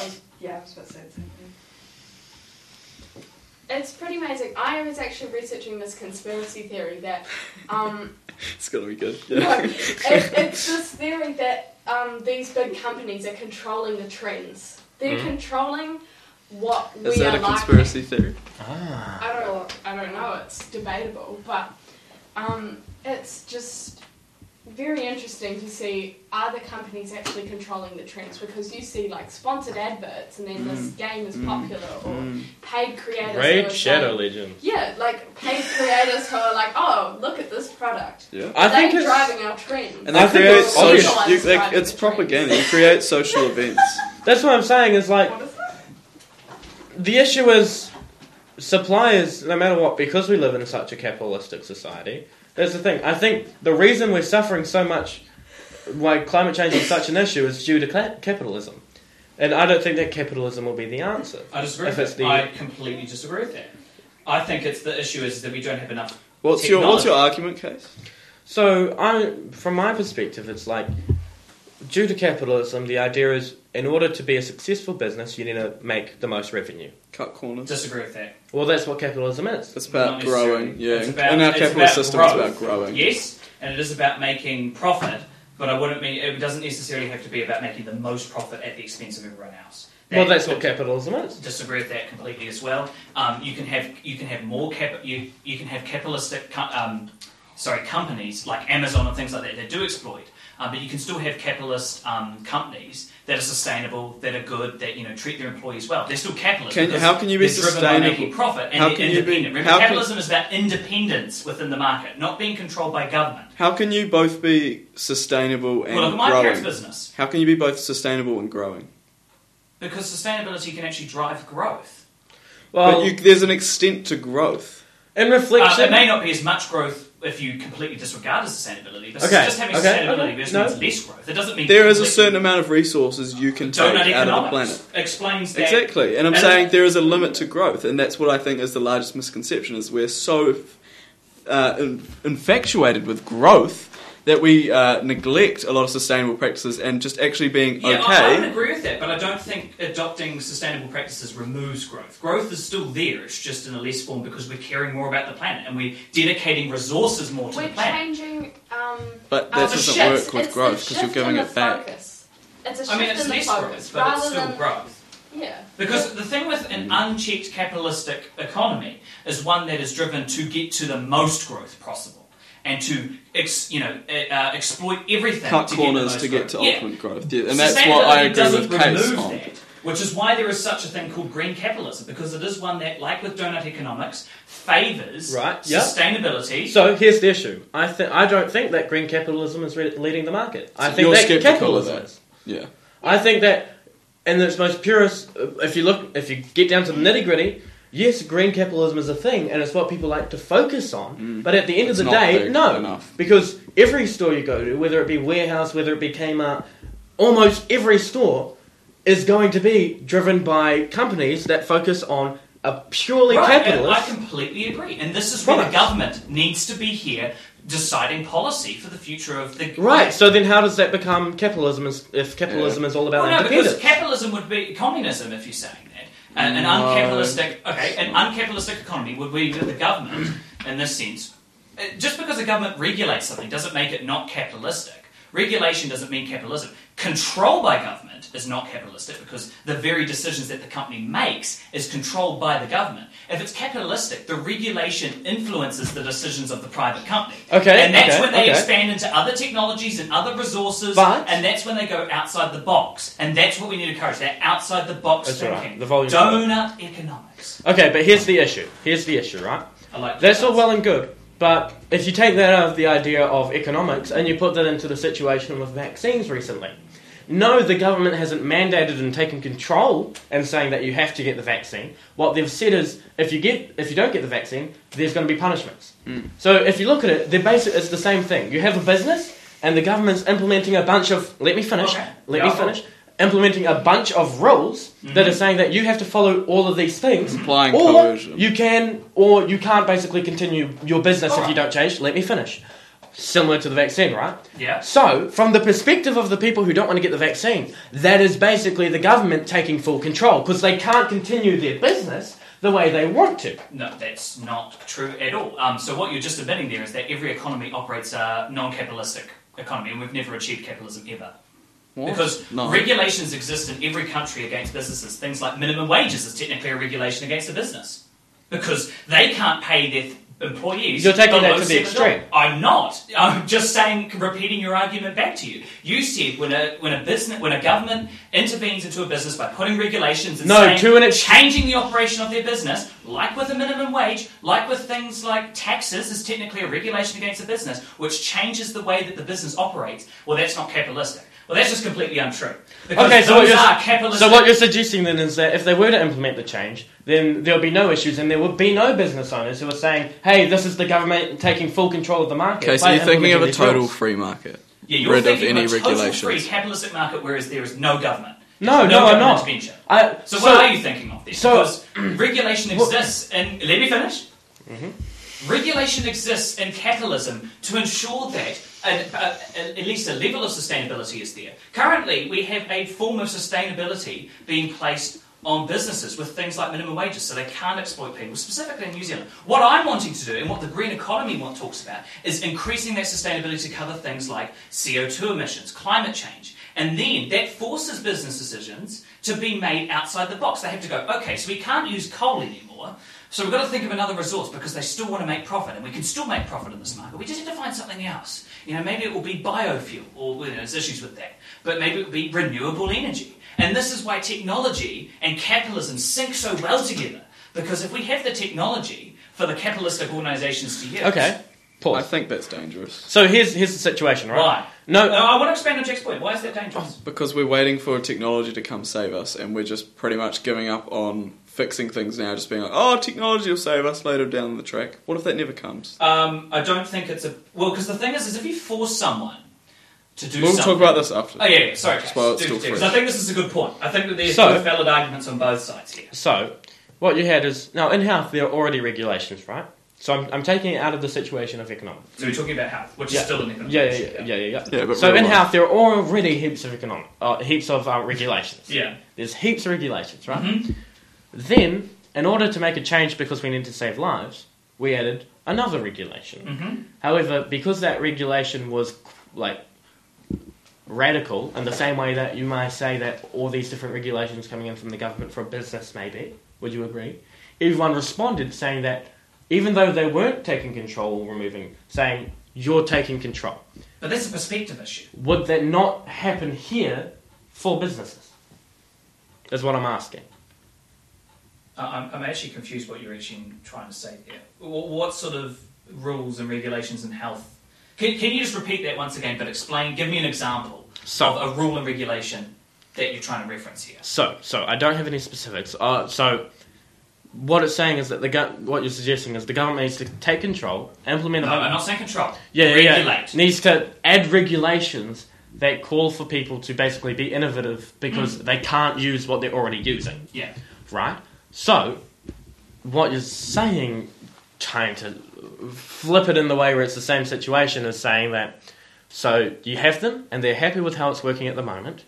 S7: I was, Oh, yeah, I was about to say the same thing.
S8: it's pretty amazing. I was actually researching this conspiracy theory that um,
S5: It's gonna be good.
S8: No,
S5: Yeah.
S8: it, it's this theory that um, these big companies are controlling the trends. They're controlling what we
S5: Hmm? Is that
S8: are
S5: a conspiracy theory?
S6: Ah.
S8: Liking. I don't. I don't know. It's debatable, but um, it's just very interesting to see are the companies actually controlling the trends because you see like sponsored adverts and then
S5: Hmm.
S8: this game is popular or
S5: Mm.
S8: paid creators. who are
S6: Raid
S8: saying-
S6: Shadow Legend.
S8: Yeah, like paid creators who are like, oh, look at this product.
S5: Yeah.
S6: I
S8: They're
S6: think it's
S8: driving our trends.
S5: And
S6: I
S5: they
S6: think
S5: create
S6: it's obvious.
S5: social. You, they, it's propaganda. You create social events.
S6: that's what I'm saying. Is like
S8: What is that?
S6: the issue is suppliers, no matter what, because we live in such a capitalistic society. That's the thing. I think the reason we're suffering so much, why climate change is such an issue, is due to cla capitalism. And I don't think that capitalism will be the answer.
S2: I disagree.
S6: If
S2: with
S6: it's
S2: that.
S6: the-
S2: I completely disagree with that. I think it's the issue is that we don't have enough.
S5: What's your What's your argument case?
S6: So, I, from my perspective, it's like due to capitalism, the idea is in order to be a successful business, you need to make the most revenue.
S5: Cut corners.
S2: Disagree with that.
S6: Well, that's what capitalism is.
S5: It's
S2: Not
S5: about
S2: necessarily.
S5: growing. Yeah.
S2: It's
S5: In-
S2: about-
S5: in our
S2: it's
S5: capitalist
S2: about
S5: system,
S2: growth.
S5: it's about growing.
S2: Yes, and it is about making profit, but I wouldn't mean it doesn't necessarily have to be about making the most profit at the expense of everyone else. That-
S6: Well, that's what capitalism is.
S2: disagree with that completely as well. Um, you can have you can have more cap you you can have capitalistic co- um, sorry companies like Amazon and things like that that do exploit, uh, but you can still have capitalist um, companies that are sustainable, that are good, that you know treat their employees well. They're still capitalist.
S5: Can-
S2: because
S5: how can you be
S2: they're driven by
S5: sustainable?
S2: making profit and
S5: How
S2: they're
S5: can you be-
S2: independent. Remember,
S5: how can-
S2: capitalism is about independence within the market, not being controlled by government.
S5: How can you both be sustainable and
S2: Well, look at my parents'
S5: growing?
S2: business.
S5: How can you be both sustainable and growing?
S2: Because sustainability can actually drive growth.
S6: Well,
S5: but you, Uh, there's an extent to growth.
S6: in
S2: Uh,
S6: reflection,
S2: there may not be as much growth if you completely disregard the sustainability, but
S6: Okay,
S2: just having
S6: okay,
S2: sustainability
S6: okay,
S2: just
S6: no.
S2: means less growth. It doesn't mean
S5: There is a certain
S2: completely-
S5: amount of resources you can take
S2: donut
S5: out of the
S2: economics
S5: planet.
S2: explains that.
S5: Exactly, and I'm
S2: And-
S5: saying there is a limit to growth, and that's what I think is the largest misconception: is we're so uh, in- infatuated with growth that we uh, neglect a lot of sustainable practices and just actually being
S2: Yeah, I, I would
S5: okay.
S2: agree with that, but I don't think adopting sustainable practices removes growth. Growth is still there; it's just in a less form because we're caring more about the planet and we're dedicating resources more to
S8: We're
S2: the planet.
S8: changing. Um,
S5: But
S8: our
S5: that doesn't
S8: shifts.
S5: work with
S8: It's
S5: growth
S8: a
S5: 'cause you're
S8: shift
S5: giving
S8: in
S5: it
S8: the
S5: back.
S8: Focus. It's a shift
S2: I mean, it's
S8: in the
S2: less
S8: focus,
S2: growth, but it's
S8: rather
S2: still
S8: than,
S2: growth.
S8: Yeah.
S2: Because the thing with an
S5: Mm.
S2: unchecked capitalistic economy is one that is driven to get to the most growth possible and to ex, you know uh, uh, exploit everything
S5: Cut
S2: to
S5: corners
S2: get the most
S5: to get to
S2: growth. Yeah.
S5: ultimate growth, yeah, and that's what I
S2: Sustainability
S5: agree
S2: doesn't
S5: with Case
S2: remove
S5: on.
S2: that, Which is why there is such a thing called green capitalism, because it is one that, like with donut economics, favours
S6: Right, yeah.
S2: sustainability.
S6: So here's the issue. I think I don't think that green capitalism is re- leading the market. I
S5: So
S6: think
S5: you're
S6: that
S5: skeptical of
S6: capitalism
S5: that.
S6: is.
S5: Yeah,
S6: I think that in its most purest, uh, if you look, if you get down to the nitty gritty, yes, green capitalism is a thing, and it's what people like to focus on. But at the end
S5: Mm. It's
S6: of the
S5: not
S6: day,
S5: big
S6: no,
S5: enough.
S6: because every store you go to, whether it be warehouse, whether it be Kmart, almost every store is going to be driven by companies that focus on a purely
S2: Right, and I
S6: capitalist.
S2: completely agree. And this is where the
S6: Right.
S2: government needs to be here deciding policy for the future of the
S6: Right. So then, how does that become capitalism? is- If capitalism is all about
S2: Uh, Well, no, because
S6: independence,
S2: capitalism would be communism if you're saying that. An, an
S5: No.
S2: uncapitalistic, okay, an uncapitalistic economy would be that the government, in this sense, uh, just because the government regulates something doesn't make it not capitalistic. Regulation doesn't mean capitalism. Control by government is not capitalistic because the very decisions that the company makes is controlled by the government. If it's capitalistic, the regulation influences the decisions of the private company.
S6: Okay,
S2: And that's
S6: okay,
S2: when they
S6: okay.
S2: expand into other technologies and other resources
S6: But-
S2: and that's when they go outside the box, and that's what we need to encourage. That outside the box
S6: That's all right,
S2: thinking,
S6: the volume's
S2: donut economics.
S6: Okay, but here's the issue. Here's the issue, right?
S2: I like
S6: That's
S2: donuts.
S6: all well and good, but if you take that out of the idea of economics and you put that into the situation with vaccines recently, no, the government hasn't mandated and taken control and saying that you have to get the vaccine. What they've said is, if you get, if you don't get the vaccine, there's going to be punishments. So if you look at it, they're basic, it's the same thing. You have a business, and the government's implementing a bunch of let me finish,
S2: Okay.
S6: let
S2: Yeah.
S6: me finish, implementing a bunch of rules that are saying that you have to follow all of these things,
S5: Implying
S6: or
S5: coercion.
S6: you can, or you can't basically continue your business if you
S2: Alright.
S6: don't change. Let me finish. Similar to the vaccine, right?
S2: Yeah.
S6: So, from the perspective of the people who don't want to get the vaccine, that is basically the government taking full control because they can't continue their business the way they want to.
S2: No, that's not true at all. Um, so what you're just admitting there is that every economy operates a non-capitalistic economy, and we've never achieved capitalism ever.
S5: What?
S2: Because
S5: No.
S2: regulations exist in every country against businesses. Things like minimum wages is technically a regulation against a business. Because they can't pay their th- employees.
S6: You're taking that
S2: below
S6: to the
S2: $7.
S6: extreme.
S2: I'm not. I'm just saying, repeating your argument back to you. You said when a, when a business, when a government intervenes into a business by putting regulations and
S6: No,
S2: saying,
S6: to an ex-
S2: changing the operation of their business, like with a minimum wage, like with things like taxes, is technically a regulation against a business, which changes the way that the business operates. Well, that's not capitalistic. Well, that's just completely untrue. Because
S6: Okay, so what,
S2: those
S6: you're,
S2: are capitalistic.
S6: so what you're suggesting then is that if they were to implement the change, then there would be no issues and there would be no business owners who are saying, hey, this is the government taking full control of the market.
S5: Okay, so
S6: by
S5: you're thinking of a
S6: implementing these
S5: total
S6: rules."
S5: free market,
S2: yeah, you're
S5: rid of
S2: thinking
S5: any
S2: a total free
S5: regulations.
S2: capitalistic market, whereas there is no government. There's
S6: No, no, I'm
S2: government
S6: not.
S2: intervention.
S6: I,
S2: So, what are you thinking of then?
S6: so-
S2: because regulation
S6: Well-
S2: exists, and let me finish. Regulation exists in capitalism to ensure that an, uh, at least a level of sustainability is there. Currently, we have a form of sustainability being placed on businesses with things like minimum wages, so they can't exploit people, specifically in New Zealand. What I'm wanting to do, and what the green economy want talks about, is increasing that sustainability to cover things like CO2 emissions, climate change. And then that forces business decisions to be made outside the box. They have to go, okay, so we can't use coal anymore. So we've got to think of another resource because they still want to make profit, and we can still make profit in this market. We just have to find something else. You know, maybe it will be biofuel, or you know, there's issues with that. But maybe it will be renewable energy. And this is why technology and capitalism sync so well together. Because if we have the technology for the capitalistic organisations to use,
S6: Okay,
S5: I
S6: pause.
S5: think that's dangerous
S6: So here's, here's the situation, right? Uh,
S2: why?
S6: No,
S2: No, I want to expand on Jack's point. Why is that dangerous?
S5: because we're waiting for technology to come save us, and we're just pretty much giving up on fixing things now. Just being like, oh, technology will save us later down the track. What if that never comes?
S2: Um, I don't think it's a well because the thing is, is if you force someone to do
S5: We'll
S2: something,
S5: talk about this after.
S2: Oh yeah, yeah sorry,
S5: Just while it's
S2: do-
S5: still
S2: do- 'cause
S5: fresh.
S2: I think this is a good point. I think that there's
S6: So-
S2: good valid arguments on both sides here.
S6: So, what you had is now in health there are already regulations, right? So I'm, I'm taking it out of the situation of economics.
S2: So we're talking about health, which
S6: Yeah.
S2: is still an economic
S6: Yeah, yeah,
S2: issue,
S6: yeah, yeah, yeah.
S5: Yeah, but
S6: so
S5: real
S6: in
S5: life.
S6: health there are already heaps of economic, uh, heaps of uh, regulations.
S2: Yeah.
S6: There's heaps of regulations, right?
S2: Mhm.
S6: Then, in order to make a change because we need to save lives, we added another regulation.
S2: Mhm.
S6: However, because that regulation was like radical, in the same way that you might say that all these different regulations coming in from the government for a business, maybe, would you agree? Everyone responded saying that even though they weren't taking control or removing, saying, you're taking control.
S2: But that's a perspective issue.
S6: Would that not happen here for businesses? Is what I'm asking.
S2: I- I'm, I'm actually confused what you're actually trying to say there. What, what sort of rules and regulations in health? Can, can you just repeat that once again, but explain? Give me an example
S6: So,
S2: of a rule and regulation that you're trying to reference here.
S6: So, so I don't have any specifics. Uh, so, what it's saying is that the go- what you're suggesting is the government needs to take control, implement.
S2: No, I'm not saying control.
S6: yeah, yeah, yeah.
S2: regulate.
S6: Needs to add regulations that call for people to basically be innovative because they can't use what they're already using,
S2: Yeah.
S6: right? So, what you're saying, trying to flip it in the way where it's the same situation as saying that, so you have them and they're happy with how it's working at the moment,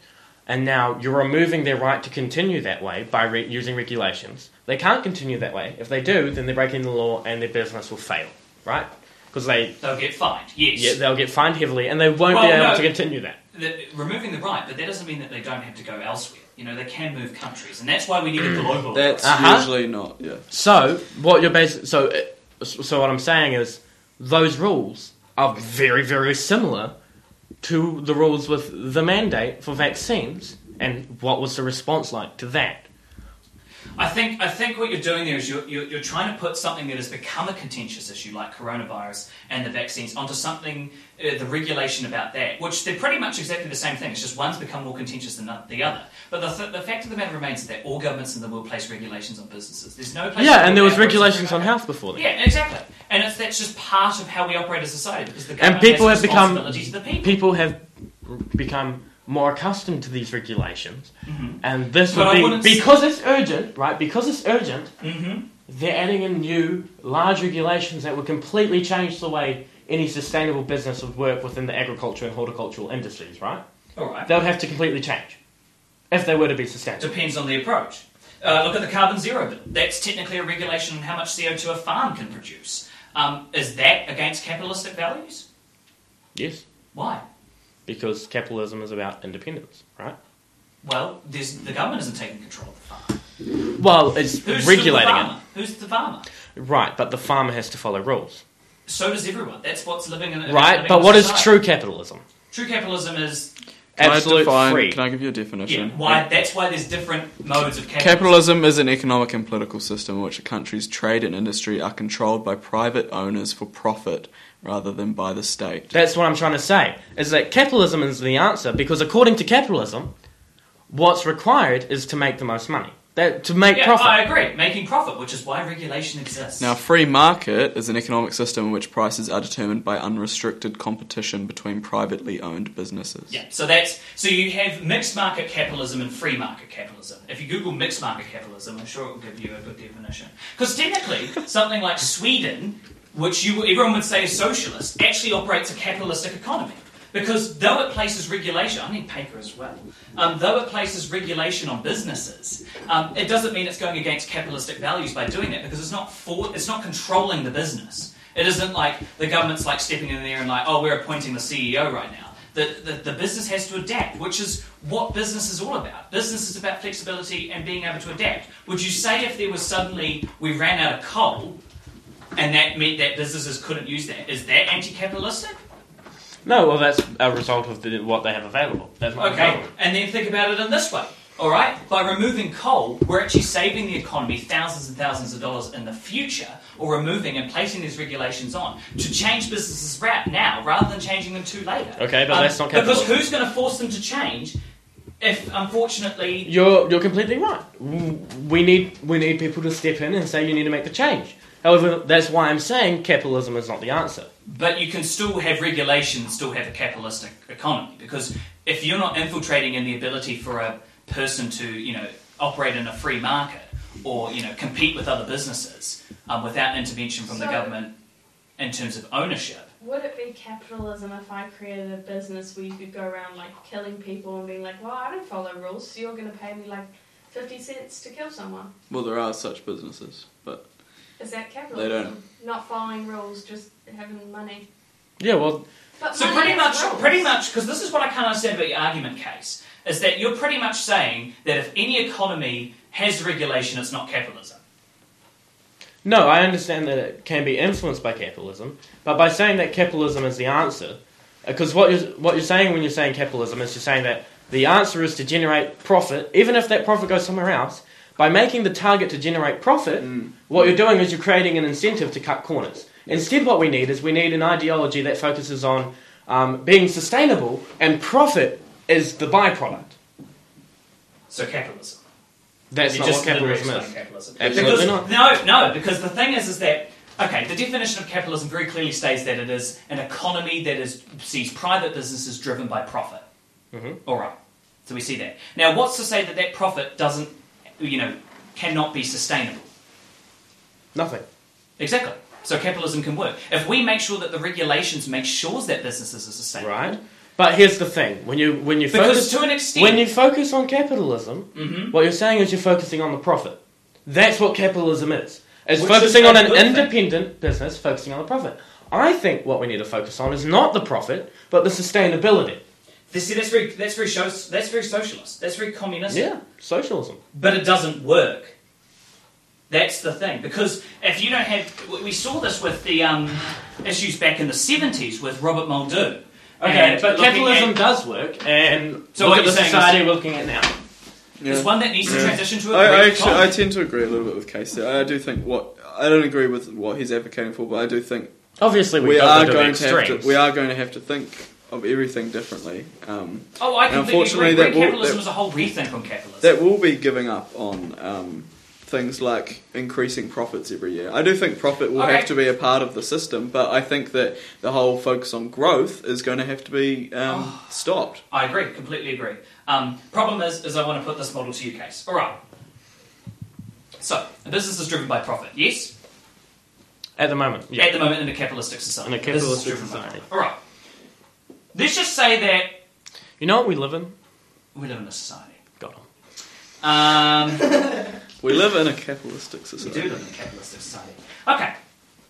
S6: and now you're removing their right to continue that way by re- using regulations. They can't continue that way. If they do, then they're breaking the law and their business will fail, right? Because they
S2: They'll get fined. Yes.
S6: yeah, they'll get fined heavily and they won't
S2: Well,
S6: be able
S2: no.
S6: to continue that.
S2: the, removing the right, but that doesn't mean that they don't have to go elsewhere. You know, they can move countries, and that's why we
S6: Mm.
S2: need a global.
S5: That's
S6: Uh-huh.
S5: usually not. Yeah.
S6: So what you're basically so it- so what I'm saying is those rules are very very similar to the rules with the mandate for vaccines and what was the response like to that?
S2: I think I think what you're doing there is you're, you're, you're trying to put something that has become a contentious issue, like coronavirus and the vaccines, onto something uh, the regulation about that, which they're pretty much exactly the same thing. It's just one's become more contentious than the other. But the, th- the fact of the matter remains that all governments in the world place regulations on businesses. There's no place
S6: Yeah, and there was regulations on
S2: how.
S6: health before that.
S2: Yeah, exactly. And it's, that's just part of how we operate as a society because the
S6: And
S2: government
S6: people
S2: has
S6: have
S2: a
S6: become
S2: responsibility to the people.
S6: people have become more accustomed to these regulations,
S2: Mhm.
S6: and this
S2: But I
S6: would
S2: wouldn't
S6: be
S2: s-
S6: because it's urgent, right? Because it's urgent,
S2: Mhm.
S6: They're adding in new, large regulations that would completely change the way any sustainable business would work within the agriculture and horticultural industries, right?
S2: All right.
S6: They would have to completely change if they were to be sustainable.
S2: Depends on the approach. Uh, look at the carbon zero bill. That's technically a regulation on how much CO2 a farm can produce. Um, is that against capitalistic values?
S6: Yes,
S2: Why?
S6: because capitalism is about independence, right?
S2: Well, there's, the government isn't taking control of the farm.
S6: Well, it's
S2: Who's
S6: regulating
S2: the
S6: it.
S2: farmer? Who's the farmer?
S6: Right, but the farmer has to follow rules.
S2: So does everyone. That's what's living in a- living
S6: Right,
S2: in
S6: but
S2: a
S6: what is
S2: society.
S6: true capitalism?
S2: True capitalism is
S5: Can I
S6: Absolute
S5: define,
S6: free.
S5: Can I give you a
S2: yeah.
S5: definition?
S2: Why? That's why there's different modes of capitalism.
S5: Capitalism is an economic and political system in which a country's trade and industry are controlled by private owners for profit rather than by the state.
S6: That's what I'm trying to say. Is that capitalism is the answer because according to capitalism, what's required is to make the most money. That to make
S2: yeah,
S6: profit.
S2: I agree. Making profit, which is why regulation exists.
S5: Now, free market is an economic system in which prices are determined by unrestricted competition between privately owned businesses.
S2: Yeah, so that's so you have mixed market capitalism and free market capitalism. If you Google mixed market capitalism, I'm sure it will give you a good definition. Because technically, something like Sweden, which you everyone would say is socialist, actually operates a capitalistic economy. Because though it places regulation, I need paper as well. Um, though it places regulation on businesses, um, it doesn't mean it's going against capitalistic values by doing that. Because it's not for it's not controlling the business. It isn't like the government's like stepping in there and like, oh, we're appointing the CEO right now. The, the, the business has to adapt, which is what business is all about. Business is about flexibility and being able to adapt. Would you say if there was suddenly we ran out of coal and that meant that businesses couldn't use that, is that anti capitalistic?
S6: No, well, that's a result of the, what they have available. That's not
S2: Okay,
S6: available.
S2: and then think about it in this way. All right, by removing coal, we're actually saving the economy thousands and thousands of dollars in the future, or removing and placing these regulations on to change businesses right now rather than changing them too later. Um,
S6: Okay, but that's not
S2: because
S6: capitalism.
S2: who's going to force them to change if, unfortunately,
S6: You're you're completely right. W- We need we need people to step in and say you need to make the change. However, that's why I'm saying capitalism is not the answer.
S2: but you can still have regulation, and still have a capitalistic economy because if you're not infiltrating in the ability for a person to, you know, operate in a free market or you know compete with other businesses um, without intervention from the
S8: So-
S2: government in terms of ownership.
S8: Would it be capitalism if I created a business where you could go around like killing people and being like, well, I don't follow rules, so you're going to pay me like 50 cents to kill someone?
S5: Well, there are such businesses, but
S8: Is that capitalism? Not following rules, just having money.
S6: Yeah, well,
S8: But
S2: So
S8: money
S2: pretty
S8: has
S2: much,
S8: rules.
S2: pretty much, because this is what I can't understand about your argument case is that you're pretty much saying that if any economy has regulation, it's not capitalism.
S6: no, I understand that it can be influenced by capitalism, but by saying that capitalism is the answer, because what you're what you're saying when you're saying capitalism is you're saying that the answer is to generate profit, even if that profit goes somewhere else. By making the target to generate profit,
S2: Mm.
S6: what you're doing is you're creating an incentive to cut corners. Instead, what we need is we need an ideology that focuses on um, being sustainable and profit is the byproduct.
S2: So capitalism.
S6: That's
S2: You
S6: not
S2: just
S6: what capitalism
S2: literally
S6: is.
S2: explained capitalism.
S6: Absolutely
S2: Because- No, no, because the thing is, is that okay? The definition of capitalism very clearly states that it is an economy that is sees private businesses driven by profit.
S6: Mhm.
S2: All right. So we see that. Now, what's to say that that profit doesn't, you know, cannot be sustainable?
S6: Nothing.
S2: Exactly. So capitalism can work if we make sure that the regulations make sure that businesses are sustainable.
S6: Right. But here's the thing: when you when you
S2: Because
S6: focus
S2: to an extent,
S6: when you focus on capitalism,
S2: Mhm.
S6: what you're saying is you're focusing on the profit. That's what capitalism is. It's
S2: Which is
S6: focusing
S2: a
S6: on an
S2: good thing.
S6: independent business, focusing on the profit. I think what we need to focus on is not the profit, but the sustainability.
S2: This- see, that's very that's very show, that's very socialist. That's very communist.
S6: Yeah, socialism.
S2: but it doesn't work. That's the thing, because if you don't have, we- we saw this with the um, issues back in the seventies with Robert Muldoon.
S6: Okay,
S2: And
S6: but
S2: looking
S6: capitalism
S2: at-
S6: does work, and
S2: So
S6: so look
S2: what
S6: at the
S2: you're saying is-
S6: society we're looking at now.
S5: Yeah.
S2: is one that needs to
S5: Yeah.
S2: transition to a
S5: I, I
S2: green
S5: actually I
S2: economy.
S5: tend to agree a little bit with Casey. I I do think what I don't agree with what he's advocating for, but I do think
S6: Obviously, we,
S5: we
S6: go
S5: are
S6: to the
S5: going to have to
S6: extremes.
S5: we are going to have to think of everything differently. Um,
S2: oh, I completely
S5: Unfortunately,
S2: agree.
S5: that
S2: Green
S5: will-
S2: capitalism
S5: that-
S2: is a whole rethink on capitalism.
S5: that will be giving up on um, things like increasing profits every year. I do think profit will
S2: Okay.
S5: have to be a part of the system, but I think that the whole focus on growth is going to have to be um,
S2: Oh.
S5: stopped.
S2: I agree, completely agree. Um, problem is, is I want to put this model to you, case. All right. So a business is driven by profit. Yes.
S6: at the moment. Yeah.
S2: At the moment, in a capitalistic society,
S6: In a
S2: business is
S6: capitalistic
S2: driven by
S6: society.
S2: profit. All right. Let's just say that
S6: you know what we live in?
S2: we live in a society.
S6: God.
S2: Um,
S5: We live in a capitalistic
S2: We do
S5: society.
S2: live in a capitalistic society. Okay,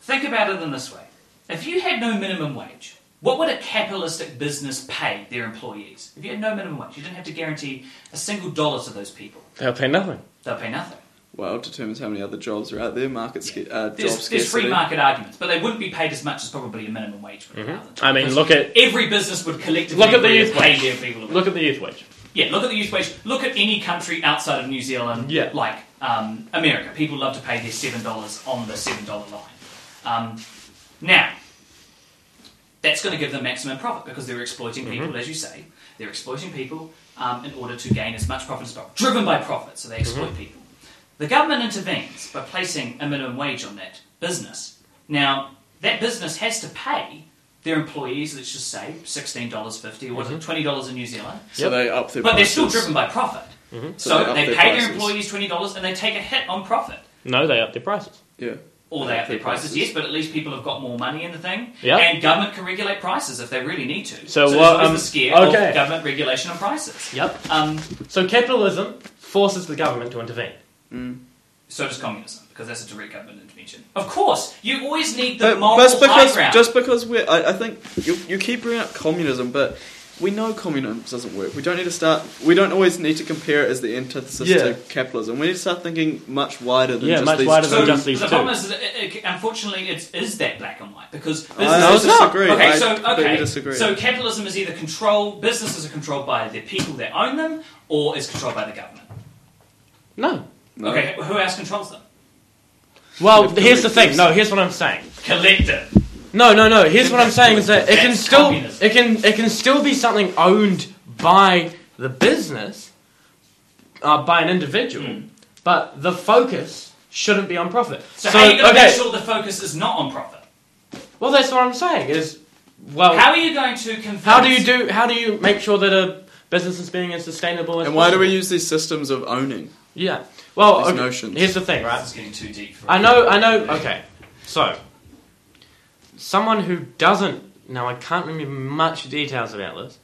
S2: think about it in this way. If you had no minimum wage, what would a capitalistic business pay their employees? If you had no minimum wage, you didn't have to guarantee a single dollar to those people.
S6: They'll pay nothing.
S2: They'll pay nothing.
S5: Well, it determines how many other jobs are out there. Market sca- uh, job
S2: There's, there's free
S5: scarcity.
S2: market arguments, but they wouldn't be paid as much as probably a minimum wage would. now.
S6: I mean, look at
S2: Every business would collectively
S6: Look at the
S2: agree to
S6: youth
S2: pay
S6: wage.
S2: their people.
S6: look at the youth wage.
S2: Yeah, look at the youth wage. Look at any country outside of New Zealand,
S6: Yeah.
S2: like um, America. People love to pay their seven dollars on the seven dollar line. Um, now, that's going to give them maximum profit because they're exploiting people, as you say. They're exploiting people um, in order to gain as much profit as possible, driven by profit. So they exploit people. The government intervenes by placing a minimum wage on that business. Now, that business has to pay their employees, let's just say sixteen dollars fifty, or was it twenty dollars in New Zealand?
S5: So
S6: Yep.
S5: they up their
S2: But they're
S5: prices.
S2: still driven by profit.
S6: Mm-hmm.
S2: So,
S5: So they up
S2: they, pay
S5: their prices.
S2: their employees twenty dollars and they take a hit on profit.
S6: No, they up their prices.
S5: Yeah.
S2: Or they up their prices, yes, but at least people have got more money in the thing.
S6: Yeah.
S2: And government can regulate prices if they really need to.
S6: So
S2: there's
S6: what,
S2: always
S6: um,
S2: the scare
S6: okay.
S2: of government regulation on prices.
S6: Yep.
S2: Um,
S6: So capitalism forces the government to intervene.
S2: so does communism, because that's a direct government intervention. Of course, you always need the
S5: But
S2: moral
S5: just
S2: high
S5: because,
S2: ground.
S5: just because we're, I, I think you, you keep bringing up communism, but we know communism doesn't work. We don't need to start. We don't always need to compare it as the antithesis
S6: Yeah.
S5: to capitalism. We need to start thinking much wider than
S6: Yeah,
S5: just
S6: much
S5: these
S6: wider
S5: two.
S6: than
S2: so
S6: just these
S2: the
S6: two.
S2: problem is, that it, it, unfortunately, it is that black and white because
S5: I
S2: businesses
S6: it's not.
S5: disagree.
S2: Okay,
S5: I
S2: so
S5: completely
S2: okay,
S5: disagree.
S2: so capitalism is either controlled, businesses are controlled by the people that own them, or is controlled by the government.
S6: No.
S5: No.
S2: Okay, who else controls them?
S6: Well,
S5: If the
S6: here's the thing.
S5: rich-
S6: No, here's what I'm saying.
S2: Collective.
S6: No, no, no. Here's what I'm saying is that it can
S2: That's
S6: still
S2: communism.
S6: it can it can still be something owned by the business, uh, by an individual,
S2: Hmm.
S6: but the focus shouldn't be on profit.
S2: So, how are you going to
S6: okay.
S2: make sure the focus is not on profit?
S6: Well, that's what I'm saying. Is well,
S2: How are you going to convince?
S6: how do you do? How do you make sure that a business is being as sustainable as
S5: And why do
S6: possible?
S5: we use these systems of owning?
S6: Yeah. Well,
S5: These
S6: Oh, okay,
S5: notions.
S6: here's the thing,
S2: This
S6: right?
S2: is getting too deep. For
S6: I know, I know. Okay, so someone who doesn't now, I can't remember much details about this,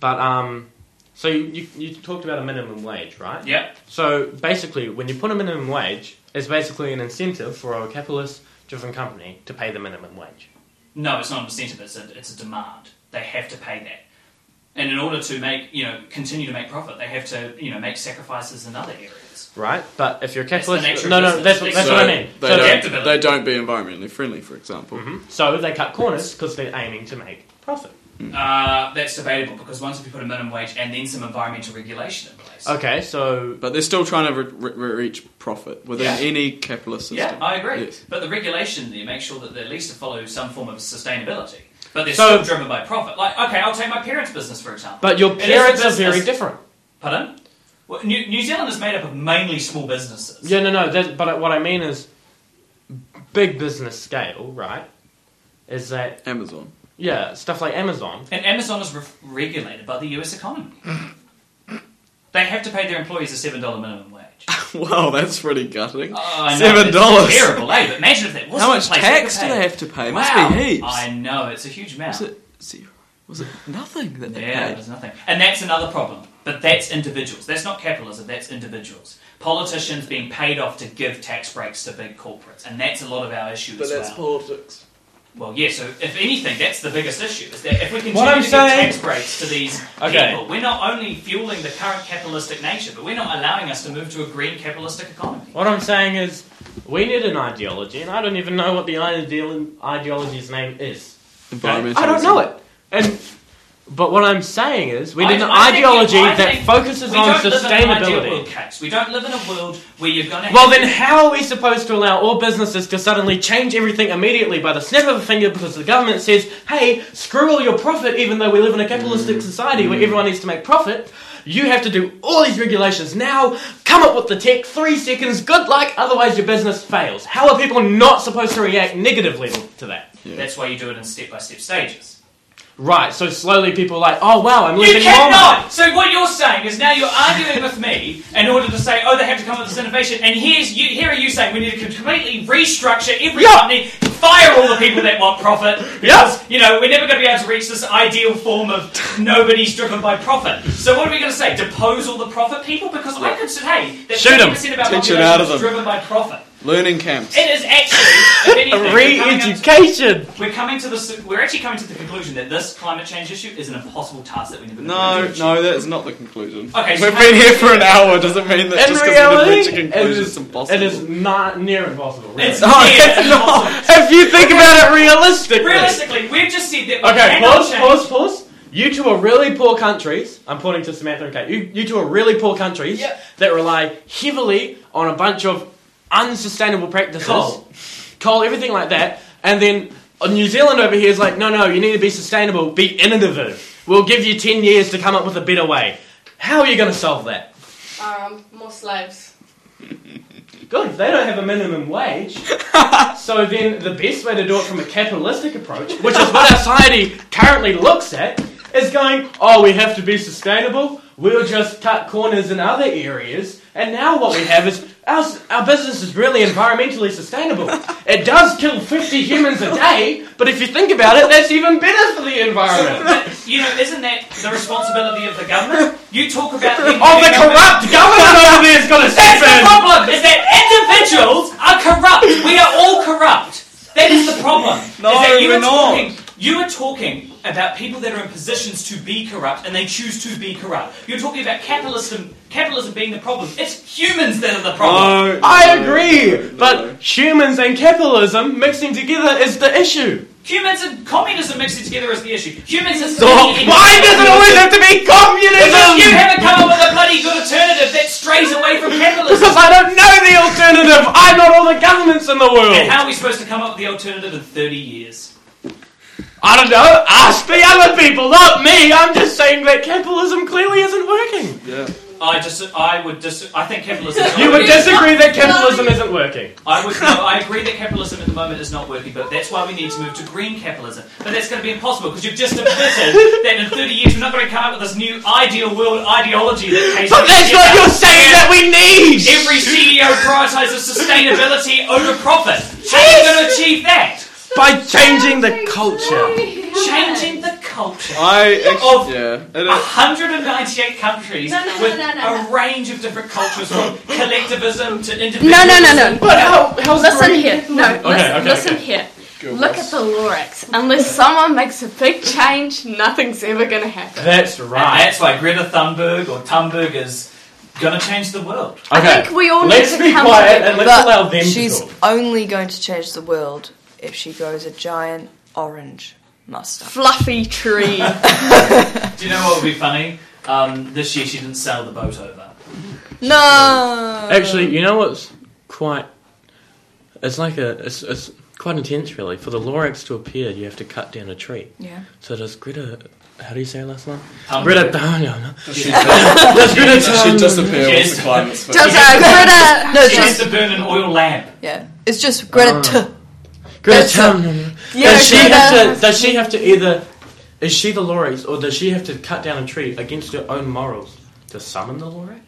S6: but um, so you, you you talked about a minimum wage, right?
S2: Yep.
S6: So basically, when you put a minimum wage, it's basically an incentive for a capitalist-driven company to pay the minimum wage.
S2: No, it's not an incentive. It's a, it's a demand. They have to pay that. And in order to make you know continue to make profit, they have to you know make sacrifices in other areas.
S6: Right, but if you're a
S2: That's the
S6: capitalist,
S2: nature of
S6: no, no,
S2: business.
S6: that's, what- that's
S5: so
S6: what I mean.
S5: They,
S6: So, Mm-hmm.
S2: yeah.
S5: don't, they don't be environmentally friendly, for example.
S2: Mm-hmm.
S6: so they cut corners because they're aiming to make profit.
S2: Uh, that's debatable because once if you put a minimum wage and then some environmental regulation in place.
S6: Okay, so
S5: But they're still trying to re- re- reach profit within
S2: Yeah.
S5: any capitalist system.
S2: Yeah, I agree.
S5: Yes.
S2: But the regulation there makes sure that they at least follow some form of sustainability. But they're
S6: So-
S2: still driven by profit. Like, okay, I'll take my parents' business for example.
S6: but your
S2: It is a
S6: parents are
S2: business-
S6: very different.
S2: Pardon? Well, New, New Zealand is made up of mainly small businesses.
S6: Yeah, no, no. That, but what I mean is, big business scale, right? Is that
S5: Amazon.
S6: Yeah, stuff like Amazon.
S2: And Amazon is re- regulated by the US economy. they have to pay their employees a $7 minimum wage.
S5: wow, that's pretty gutting.
S2: Oh, I know,
S5: Seven
S2: it's
S5: dollars.
S2: Terrible, eh? But imagine if that was
S5: How
S2: the
S5: much
S2: place
S5: tax
S2: they
S5: do
S2: could
S5: they have to pay? Must
S2: Wow.
S5: be heaps.
S2: I know, it's a huge amount.
S5: Was it zero? Was it nothing that they
S2: Yeah,
S5: paid?
S2: there's nothing. And that's another problem. But that's individuals. That's not capitalism, that's individuals. Politicians being paid off to give tax breaks to big corporates. And that's a lot of our issue as well.
S5: politics.
S2: Well, yeah. So, if anything, that's the biggest issue. Is that if we continue
S6: What I'm
S2: to
S6: saying-
S2: give tax breaks to these
S6: Okay.
S2: people, we're not only fueling the current capitalistic nation, but we're not allowing us to move to a green capitalistic economy.
S6: What I'm saying is, we need an ideology, and I don't even know what the ideal ideology's name is.
S5: Environmentalism.
S6: I don't know it. And but what I'm saying is, we need
S2: I-
S6: an
S2: I think-
S6: ideology
S2: I
S6: that
S2: think
S6: focuses
S2: we
S6: on
S2: don't live in an ideal world,
S6: sustainability.
S2: Case. We don't live in a world where you're going to.
S6: Well, then, how are we supposed to allow all businesses to suddenly change everything immediately by the snap of a finger because the government says, hey, screw all your profit, even though we live in a
S2: Mm.
S6: capitalistic society where everyone needs to make profit? You have to do all these regulations now, come up with the tech, three seconds, good luck, otherwise your business fails. How are people not supposed to react negatively to that?
S2: That's why you do it in step-by-step stages.
S6: Right, so slowly people are like, oh wow, I'm
S2: You
S6: losing
S2: cannot. So what you're saying is now you're arguing with me in order to say, oh, they have to come up with this innovation. And here's you, here are you saying we need to completely restructure every
S6: Yeah.
S2: company, fire all the people that want profit. Because, You know, we're never going to be able to reach this ideal form of nobody's driven by profit. So what are we going to say? Depose all the profit people? Because I could say, hey, that
S6: Shoot
S2: 50% of
S6: 'em.
S2: our
S5: Teach it
S2: population
S5: out of
S2: is
S5: them.
S2: driven by profit.
S5: Learning camps.
S2: It is actually, if anything, we're coming up to-
S6: Re-education!
S2: we're coming to the. We're actually coming to the conclusion that this climate change issue is an impossible task that we never.
S5: No, no, that is not the conclusion.
S2: Okay, so
S5: We've
S2: how-
S5: been here for an hour. Doesn't mean that
S6: In
S5: just because
S6: reality,
S5: we've reached a
S6: it
S5: conclusion,
S6: E is,
S5: it's impossible.
S6: it is not near impossible. really.
S2: It's
S6: No,
S2: near
S6: it's not. If you think about it realistically.
S2: Realistically, we've just said that. We
S6: Okay,
S2: cannot
S6: pause,
S2: change.
S6: pause, pause. You two are really poor countries. I'm pointing to Samantha and Kate. You, you two are really poor countries
S2: Yep.
S6: that rely heavily on a bunch of unsustainable practices.
S2: Coal.
S6: Coal, everything like that. And then uh, New Zealand over here is like, no, no, you need to be sustainable, be innovative. We'll give you 10 years to come up with a better way. How are you going to solve that?
S8: Um, more slaves.
S6: Good, they don't have a minimum wage. so then the best way to do it from a capitalistic approach, which is what our society currently looks at, is going, oh, we have to be sustainable, we'll just cut corners in other areas, and now what we have is our, our business is really environmentally sustainable. It does kill 50 humans a day, but if you think about it, that's even better for the environment.
S2: But, you know, isn't that the responsibility of the government? You talk about the.
S6: Oh, the corrupt government over there is going to
S2: That's
S6: step
S2: the
S6: in!
S2: problem. Is that individuals are corrupt. We are all corrupt. That is the problem.
S5: No,
S2: is that you
S5: we're
S2: are
S5: not.
S2: talking. You are talking about people that are in positions to be corrupt, and they choose to be corrupt. You're talking about capitalism. Capitalism being the problem. It's humans that are the problem.
S5: No,
S6: I
S5: no,
S6: agree,
S5: no.
S6: but humans and capitalism mixing together is the issue.
S2: Humans and communism mixing together is the issue. Humans are
S6: So why does it always have to be
S2: Because you
S6: communism?
S2: haven't come up with a bloody good alternative that strays away from
S6: Because
S2: capitalism.
S6: I don't know the alternative. I'm not all the governments in the
S2: And
S6: world.
S2: how are we supposed to come up with the alternative in 30 years?
S6: I don't know. Ask the other people, not me. I'm just saying that capitalism clearly isn't working.
S5: Yeah.
S2: I just, I would dis, I think capitalism.
S6: You would disagree that capitalism isn't working.
S2: I would. No, I agree that capitalism at the moment is not working, but that's why we need to move to green capitalism. But that's going to be impossible because you've just admitted that in 30 years we're not going to come up with this new ideal world ideology that. pays
S6: But that's what you're saying that we need.
S2: Every CEO prioritizes sustainability over profit. How are you going to achieve that?
S6: by changing the culture.
S2: Changing the culture.
S5: I
S2: Of-
S5: actually, yeah, it is.
S2: 198 countries
S7: No, no, no,
S2: with
S7: no, no,
S2: a range of different cultures from collectivism to individualism.
S3: No, no, no, no.
S6: But how? How's
S3: Listen
S6: green
S3: here. No, listen,
S6: okay,
S3: listen here. Look at the Lorax. Unless someone makes a big change, nothing's ever going to happen.
S6: That's
S2: And
S6: right.
S2: that's why Greta Thunberg or Thunberg is going to change the world.
S3: I think we all
S6: Let's
S3: need to
S6: be
S3: come
S6: quiet
S3: together.
S6: and let's
S4: But
S6: allow them
S4: she's
S6: to talk.
S4: only going to change the world if she grows a giant orange mustache.
S3: Fluffy tree.
S2: Do you know what would be funny? Um, this year she didn't sail the boat over.
S4: No.
S6: Actually, you know what's quite. It's like a. It's, it's quite intense, really. For the Lorax to appear, you have to cut down a tree.
S4: Yeah.
S6: So does Greta. How do you say her last name?
S2: Thunberg.
S6: Greta. No, no, no.
S5: She, she
S6: Does Greta. Thun-
S5: disappeared
S2: Yes.
S5: with the climate switch.
S4: Does uh, Greta? No,
S2: She has
S4: just
S2: to burn an oil lamp.
S4: yeah. It's just Greta.
S6: Greta.
S4: That's a-
S6: Thun-
S4: Yeah,
S6: does she
S4: Greta.
S6: have to? Does she have to either? Is she the Lorax, or does she have to cut down a tree against her own morals to summon the Lorax?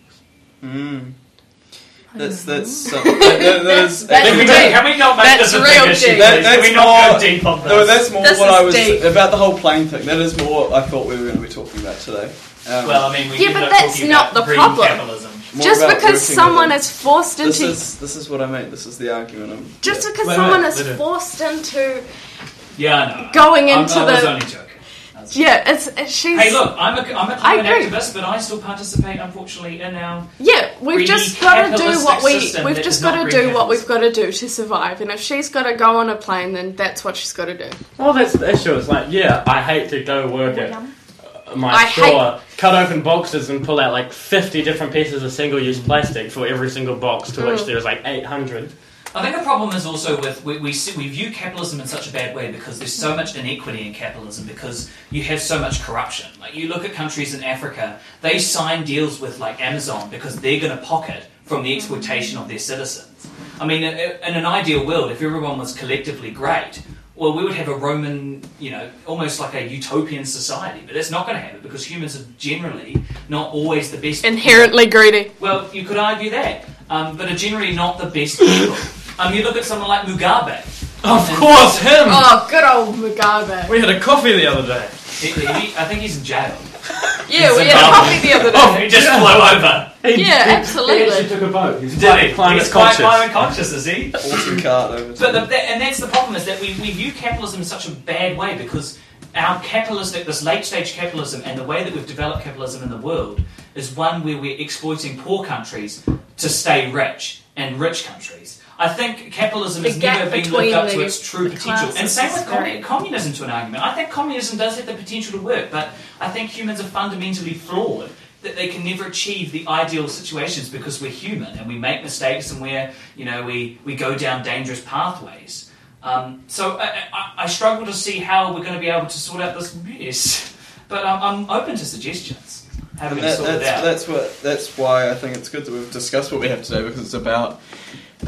S5: Mm. That's that's something. That, that, that is
S4: That's
S2: Can we,
S5: actually-
S4: deep.
S2: take, can we not make this
S4: That's
S2: a
S4: real
S2: big issue?
S4: deep.
S5: That-
S2: please? Can
S5: that's
S2: we not go
S5: more-
S2: deep on this?
S5: No, that's more
S4: This
S5: what
S4: is
S5: I was
S4: deep.
S5: about the whole plane thing. That is more I thought we were going to be talking about today. Um,
S2: well, I mean, we
S3: Yeah,
S2: end
S3: but
S2: up
S3: that's
S2: talking
S3: not
S2: about
S3: the
S2: green
S3: problem.
S2: Capitalism.
S5: more
S3: Just
S5: about
S3: because
S5: working
S3: someone
S5: with
S3: is forced
S5: it. this
S3: into
S5: is this is what I meant. This is the argument. I'm,
S3: just because
S6: Wait, wait,
S3: someone
S6: wait
S3: is
S6: a-
S3: forced into
S2: Yeah, I know.
S3: going
S2: I'm-
S3: into
S2: I was
S3: the
S2: only joking. I was-
S3: yeah. It's, it's she's
S2: Hey, look, I'm a, I'm a
S3: I
S2: climate
S3: agree.
S2: activist, but I still participate, unfortunately, in our.
S3: Yeah, we've
S2: greedy
S3: just got to do
S2: capitalistic
S3: what we
S2: system
S3: we've
S2: that
S3: just
S2: does not
S3: got to
S2: breed
S3: do
S2: capitalism.
S3: what we've got to do to survive. And if she's got to go on a plane, then that's what she's got to do.
S6: Well, that's the issue. It's like, yeah, I hate to go work at uh, my
S3: I
S6: store, cut open boxes and pull out like 50 different pieces of single-use plastic for every single box, to which
S3: Mm.
S6: there's like 800.
S2: I think the problem is also with we, we see- we view capitalism in such a bad way because there's so much inequity in capitalism because you have so much corruption. Like you look at countries in Africa, they sign deals with like Amazon because they're going to pocket from the exploitation of their citizens. I mean, i- i- in an ideal world, if everyone was collectively great, well, we would have a Roman, you know, almost like a utopian society. But that's not going to happen because humans are generally not always the best.
S3: Inherently greedy.
S2: Well, you could argue that, um, but are generally not the best people. um, you look at someone like Mugabe.
S6: Of
S2: And
S6: course, him!
S3: Oh, good old Mugabe.
S6: we had a coffee the other day.
S2: he- he- I think he's in jail.
S3: Yeah, we had a
S2: Zimbabwe.
S3: coffee the other day.
S2: Oh, he just flew over.
S6: He,
S3: Yeah,
S6: he-
S3: absolutely.
S6: He actually took a boat. He's
S2: Did he?
S6: quite climate
S2: he's quite
S6: conscious.
S2: climate conscious, is he?
S5: awesome card over.
S2: But
S5: to-
S2: the, that, and that's the problem is that we, we view capitalism in such a bad way because our capitalistic, this late stage capitalism, and the way that we've developed capitalism in the world is one where we're exploiting poor countries to stay rich and rich countries. I think capitalism
S3: The
S2: has
S3: gap
S2: never been
S3: between
S2: lived up to
S3: the-
S2: its true
S3: the
S2: potential. And
S3: classes
S2: same
S3: is
S2: with commu-
S3: very-
S2: communism to an argument. I think communism does have the potential to work, but I think humans are fundamentally flawed. That they can never achieve the ideal situations because we're human and we make mistakes and we're, you know, we, we go down dangerous pathways. Um, so I, I, I struggle to see how we're going to be able to sort out this mess, but I'm, I'm open to suggestions. How do we
S5: That-
S2: sort
S5: that's,
S2: it out?
S5: that's what. That's why I think it's good that we've discussed what we have today because it's about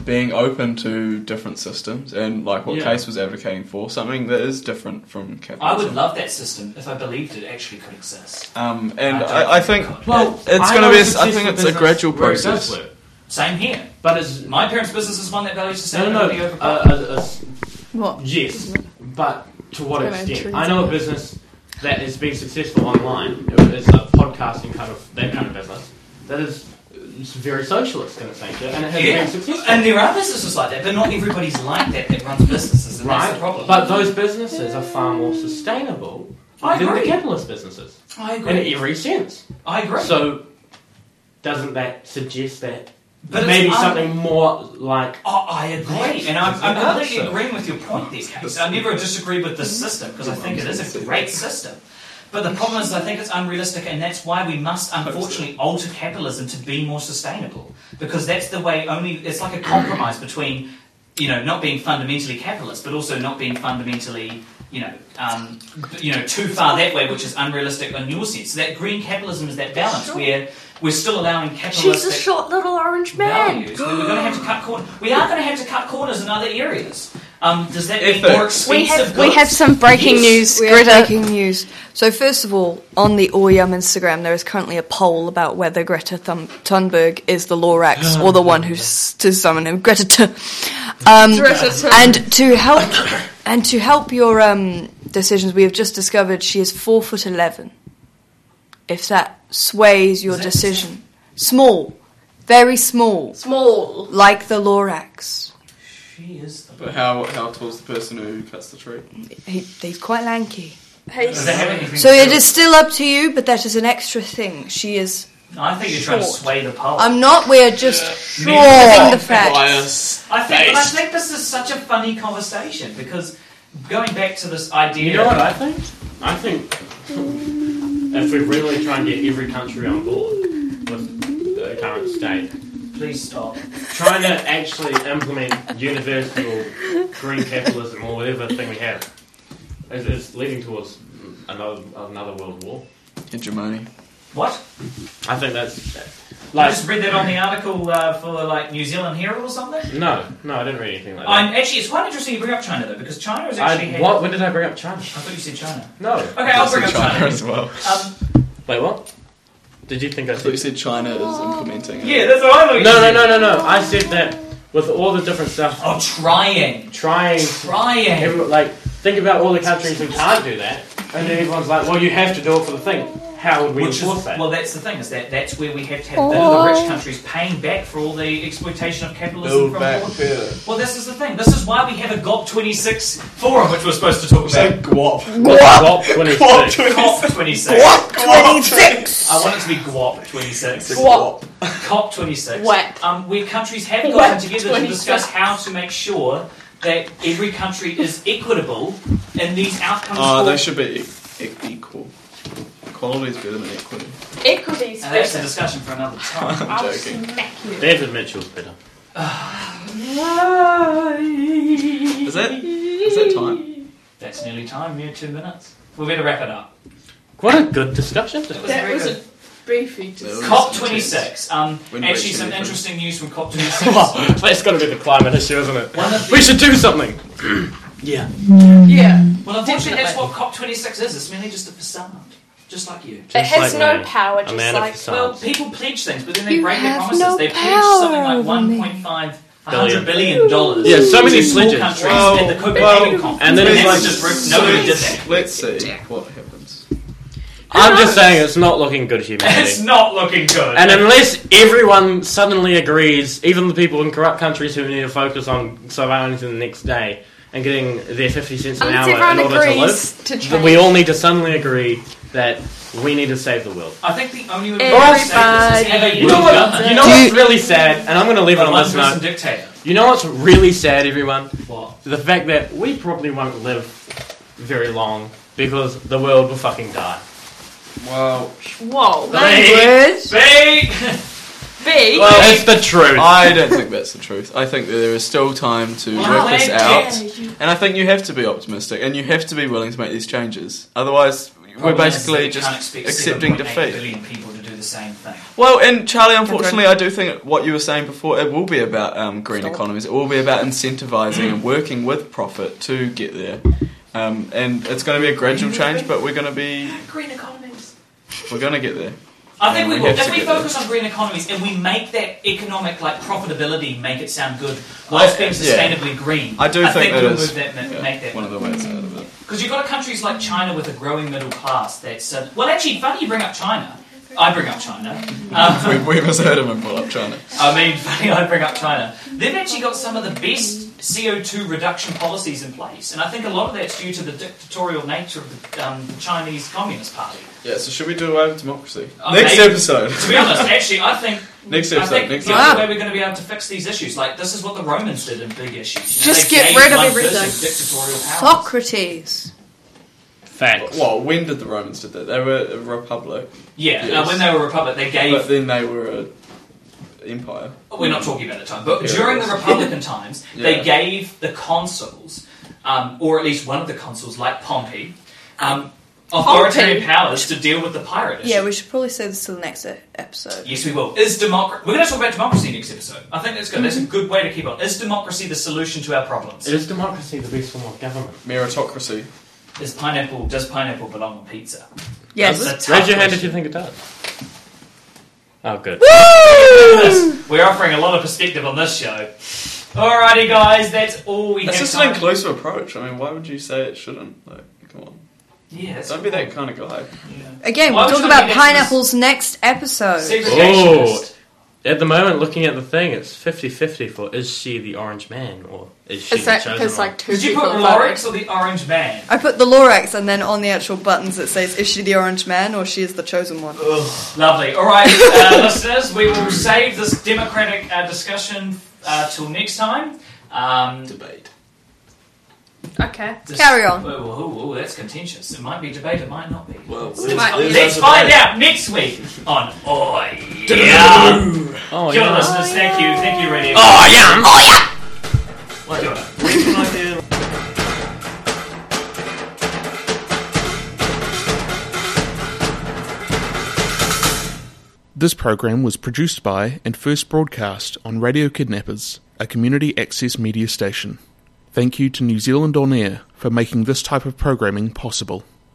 S5: being open to different systems and like what
S6: Yeah.
S5: Case was advocating for something that is different from
S2: I
S5: capitalism.
S2: would love that system if I believed it actually could exist.
S5: Um, and
S2: I don't
S5: I, I
S2: think
S5: think
S2: it could.
S6: Well,
S5: it's
S6: I
S5: going to
S6: know
S5: be.
S6: a
S5: s- I think
S6: successful
S5: it's a
S6: business
S5: gradual
S6: where it does
S5: process.
S6: work.
S2: Same here.
S6: But it's
S2: My parents' business is one that values
S6: no,
S2: sustainability
S6: no, no.
S2: over
S6: Uh, uh, uh,
S4: What?
S6: yes, but to what
S3: It's gonna
S6: extent?
S3: intrude
S6: I know a
S3: somewhere.
S6: business that has been successful online. It's a podcasting kind of that kind of business that is it's very socialist in its nature, and it has
S2: Yeah.
S6: been successful.
S2: And there are businesses like that, but not everybody's like that that runs businesses, and that's
S6: right,
S2: the problem.
S6: but those businesses are far more sustainable
S2: I
S6: than
S2: agree.
S6: the capitalist businesses
S2: I
S6: in
S2: agree.
S6: every sense.
S2: I agree.
S6: So, doesn't that suggest that
S2: But it's
S6: maybe
S2: un-
S6: something more like
S2: Oh, I agree, and I'm, I'm
S6: Yeah.
S2: completely agreeing with your point there, Case. I never disagree with this system because I think it is a great system. But the problem is, I think it's unrealistic, and that's why we must unfortunately alter capitalism to be more sustainable because that's the way only it's like a compromise between you know not being fundamentally capitalist but also not being fundamentally you know um, you know too far that way which is unrealistic in your sense that green capitalism is that balance where we're still allowing capitalistic
S3: She's a short little orange man.
S2: values, then we're going to have to cut corners. We are going to have to cut corners in other areas. Um, does that mean
S5: Ethics.
S2: more
S3: We
S2: expensive
S3: have
S2: goods?
S3: we have some breaking
S2: Yes.
S3: news.
S4: We are
S3: Greta
S4: breaking news. So first of all, on the Oryum Instagram, there is currently a poll about whether Greta Thum- Thunberg is the Lorax or the one who's to summon him. Greta. T- um,
S3: Greta Thun-
S4: and to help and to help your um, decisions, we have just discovered she is four foot eleven. If that sways your
S2: Is that-
S4: decision, small, very small,
S3: small.
S4: like the Lorax.
S2: She is the.
S5: But how how tall's the person who cuts the tree?
S4: He, he's quite lanky.
S3: Hey,
S2: Does that have anything
S4: So
S2: to
S4: it
S2: do-
S4: is still up to you, but that is an extra thing. She is
S2: I think you're trying to
S4: short.
S2: sway the poll.
S4: I'm not. We're just
S2: Me
S4: reporting
S2: neither.
S4: the facts.
S5: Bias.
S2: I think. I think this is such a funny conversation because going back to this idea.
S6: You know what I think? I think if we really try and get every country on board with the current state,
S2: Please stop.
S6: trying to actually implement universal green capitalism or whatever thing we have is, is leading towards another another world war.
S5: Hegemony.
S2: What?
S6: I think that's
S2: I
S6: Like,
S2: just read that on the article uh, for like New Zealand Herald or something.
S6: no, no, I didn't read anything like
S2: I'm
S6: that.
S2: actually, it's quite interesting you bring up China though, because China is actually.
S6: I,
S2: had-
S6: what? When did I bring up China?
S2: I thought you said China.
S6: No.
S2: Okay, I'll bring up
S5: China
S2: China.
S5: as well.
S2: Um,
S6: Wait, what? Did you think I
S5: I thought you
S6: said?
S5: said China is implementing it.
S2: yeah, that's what I thought.
S6: No,
S2: you
S6: no,
S2: said.
S6: no, no, no. I said that with all the different stuff,
S2: Oh, trying,
S6: trying,
S2: trying.
S6: every, like, think about all the countries who can't do that, and then everyone's like, well, you have to do it for the thing. How would we
S2: Which is,
S6: enforce that?
S2: well, that's the thing is that that's where we have to have all the rich countries paying back for all the exploitation of capitalism
S5: Build
S2: from
S5: back
S2: all-
S5: better.
S2: Well, this is the thing. This is why we have a GOP26 forum, which we're supposed to talk
S5: Say
S2: about.
S5: guap.
S6: Guap 26.
S5: Guap to
S2: COP26.
S4: Twenty six.
S2: I want it to be GWOP26.
S4: Guap.
S2: COP26.
S3: Whack.
S2: Um, where countries have gotten
S3: Whack
S2: together to
S3: 26.
S2: discuss how to make sure that every country is equitable in these outcomes.
S5: Uh,
S2: for-
S5: they should be e- e- equal. Equality is better than equity.
S3: Equity's
S2: Now, that's a
S3: better.
S2: discussion for another time.
S5: I'm
S3: I'll
S5: joking.
S3: smack you.
S6: David Mitchell's better.
S5: Is that is that time?
S2: That's nearly time, mere two minutes. We better wrap it up.
S6: What a good discussion.
S3: That was a beefy
S5: That was-
S3: discussion.
S2: COP26. Um,
S5: When do we
S2: actually, some
S5: actually
S2: interesting news from COP26.
S6: That's got to be the climate issue, isn't it?
S2: One of
S6: We should do something. yeah.
S3: Yeah.
S2: Well, unfortunately, that's what COP26 is. It's merely just a facade, just like you.
S3: It has
S6: like
S3: no
S6: me,
S3: power,
S6: a
S3: just
S6: man of
S3: like.
S6: facade.
S2: Well, people pledge things, but then they
S4: You
S2: break their
S4: have
S2: promises.
S4: no
S2: they pledge
S4: power
S2: something like
S4: over
S2: 1.5,
S6: Billion.
S2: 100 billion dollars.
S6: Yeah, so
S2: to
S6: many
S2: small
S6: pledges.
S2: countries
S5: Well,
S2: at the Copenhagen
S5: well,
S2: conference.
S6: and then it's like-
S2: just ripped- nobody did that.
S5: Let's see what happens.
S6: I'm just saying it's not looking good,
S2: It's
S6: humanity.
S2: not looking good.
S6: And unless everyone suddenly agrees, even the people in corrupt countries who need to focus on surviving the next day and getting their 50 cents an
S4: Unless
S6: hour in
S4: everyone
S6: order to
S4: agrees
S6: live,
S4: to
S6: that we
S4: change.
S6: all need to suddenly agree that we need to save the world.
S2: I think the only way we can
S4: Everybody
S2: save this is having
S6: You know,
S2: one
S6: what,
S2: government,
S6: you know
S4: Do
S6: what's
S4: you-
S6: really sad, and I'm going to leave it
S2: a
S6: on this
S2: one-person
S6: note.
S2: dictator.
S6: You know what's really sad, everyone?
S2: What?
S6: The fact that we probably won't live very long because the world will fucking die.
S5: Well,
S3: Whoa.
S4: Language.
S2: Big.
S3: B.
S6: Well, it's the truth.
S5: I don't think that's the truth. I think that there is still time to
S2: Wow,
S5: work this
S2: they
S5: out,
S2: dare
S5: and I think you have to be optimistic and you have to be willing to make these changes. Otherwise, we're
S2: Problem is that
S5: basically
S2: you can't
S5: just
S2: expect
S5: accepting
S2: 7.8
S5: defeat.
S2: billion people to do the same thing.
S5: Well, and Charlie, unfortunately, I do think what you were saying before it will be about um, green
S4: Stop.
S5: economies. It will be about incentivizing and working with profit to get there. Um, and it's going to be a gradual change, but we're going to be
S3: Green economies.
S5: we're going to get there.
S2: I think
S5: Yeah,
S2: we
S5: we
S2: will.
S5: have
S2: If
S5: to
S2: we
S5: get there.
S2: focus on green economies and we make that economic like profitability make it sound good whilst being
S5: yeah.
S2: sustainably green,
S5: I do
S2: I
S5: think
S2: think
S5: that
S2: we'll
S5: is
S2: move that, ma-
S5: yeah,
S2: make that
S5: one of the ways out of it.
S2: Because you've got countries like China with a growing middle class that's. Uh, well, actually, funny you bring up China. I bring up China. Um,
S5: We, we misheard him and pull up China.
S2: I mean, funny I bring up China. They've actually got some of the best CO2 reduction policies in place. And I think a lot of that's due to the dictatorial nature of the um, Chinese Communist Party.
S5: Yeah, so should we do away with democracy?
S2: Okay.
S5: Next episode.
S2: To be honest, actually, Oh, I think.
S5: Next
S2: I
S5: episode,
S2: think
S5: next
S2: the only
S4: episode.
S2: way we're going to be able to fix these issues, like this is what the Romans did in big issues. You know,
S4: Just
S2: they
S4: get
S2: gave
S4: rid of
S2: one person
S4: everything.
S2: Dictatorial powers.
S4: Socrates.
S6: Facts.
S5: Well, when did the Romans did that? They were a republic,
S2: Yeah,
S5: Yes.
S2: uh, when they were a republic, they gave
S5: but then they were an empire.
S2: We're not talking about the time, but
S5: Yeah.
S2: during the Republican times,
S5: Yeah.
S2: they gave the consuls, um, or at least one of the consuls, like Pompey, um, authoritarian
S3: Pompey.
S2: powers to deal with the pirate issue.
S4: Yeah, we should probably save this till the next e- episode.
S2: yes, we will. Is democracy? We're going to talk about democracy next episode. I think that's good. That's a
S4: Mm-hmm.
S2: good way to keep on. Is democracy the solution to our problems?
S6: Is democracy the best form of government?
S5: Meritocracy.
S2: Is pineapple? Does pineapple belong on pizza?
S4: Yes.
S2: That's a
S6: Raise your
S2: tough
S6: hand if
S2: question.
S6: you think it does. Oh, good.
S2: Yes, We're offering a lot of perspective on this show. Alrighty, guys, that's all we
S5: That's
S2: have.
S5: just an
S2: time-
S5: inclusive approach. I mean, why would you say it shouldn't? Like, come on.
S2: yeah, that's
S5: Don't be that kind of guy.
S2: Yeah.
S4: Again,
S2: Why
S4: we'll talk
S2: should we
S4: about
S2: get
S4: pineapples next episode.
S2: Segregationist.
S6: At the moment, looking at the thing, it's 50 50 for is she the orange man or is she
S3: Is
S6: the
S3: that
S6: chosen
S3: because
S6: one?
S3: like two
S2: Did you
S3: people
S2: put
S3: voted?
S2: Lorix or the Orange Man?
S4: I put the Lorax and then on the actual buttons it says, is she the orange man or she is the chosen one?
S2: Lovely. All right, uh, listeners, we will save this democratic uh, discussion uh, till next time. Um,
S5: Debate.
S3: Okay.
S2: this-
S4: Carry on.
S2: Oh, oh, oh, that's contentious. It might be debate. It might not be.
S5: Well,
S3: Right.
S5: leave
S2: Let's
S5: us
S2: find
S5: alone.
S2: out next week on Oh Yeah.
S6: Oh,
S2: Kia ora,
S6: yeah.
S2: listeners. Thank you. Thank you, Radio. Oh
S6: yeah.
S2: Kia ora.
S1: This program was produced by and first broadcast on Radio Kidnappers, a community access media station. Thank you to New Zealand On Air for making this type of programming possible.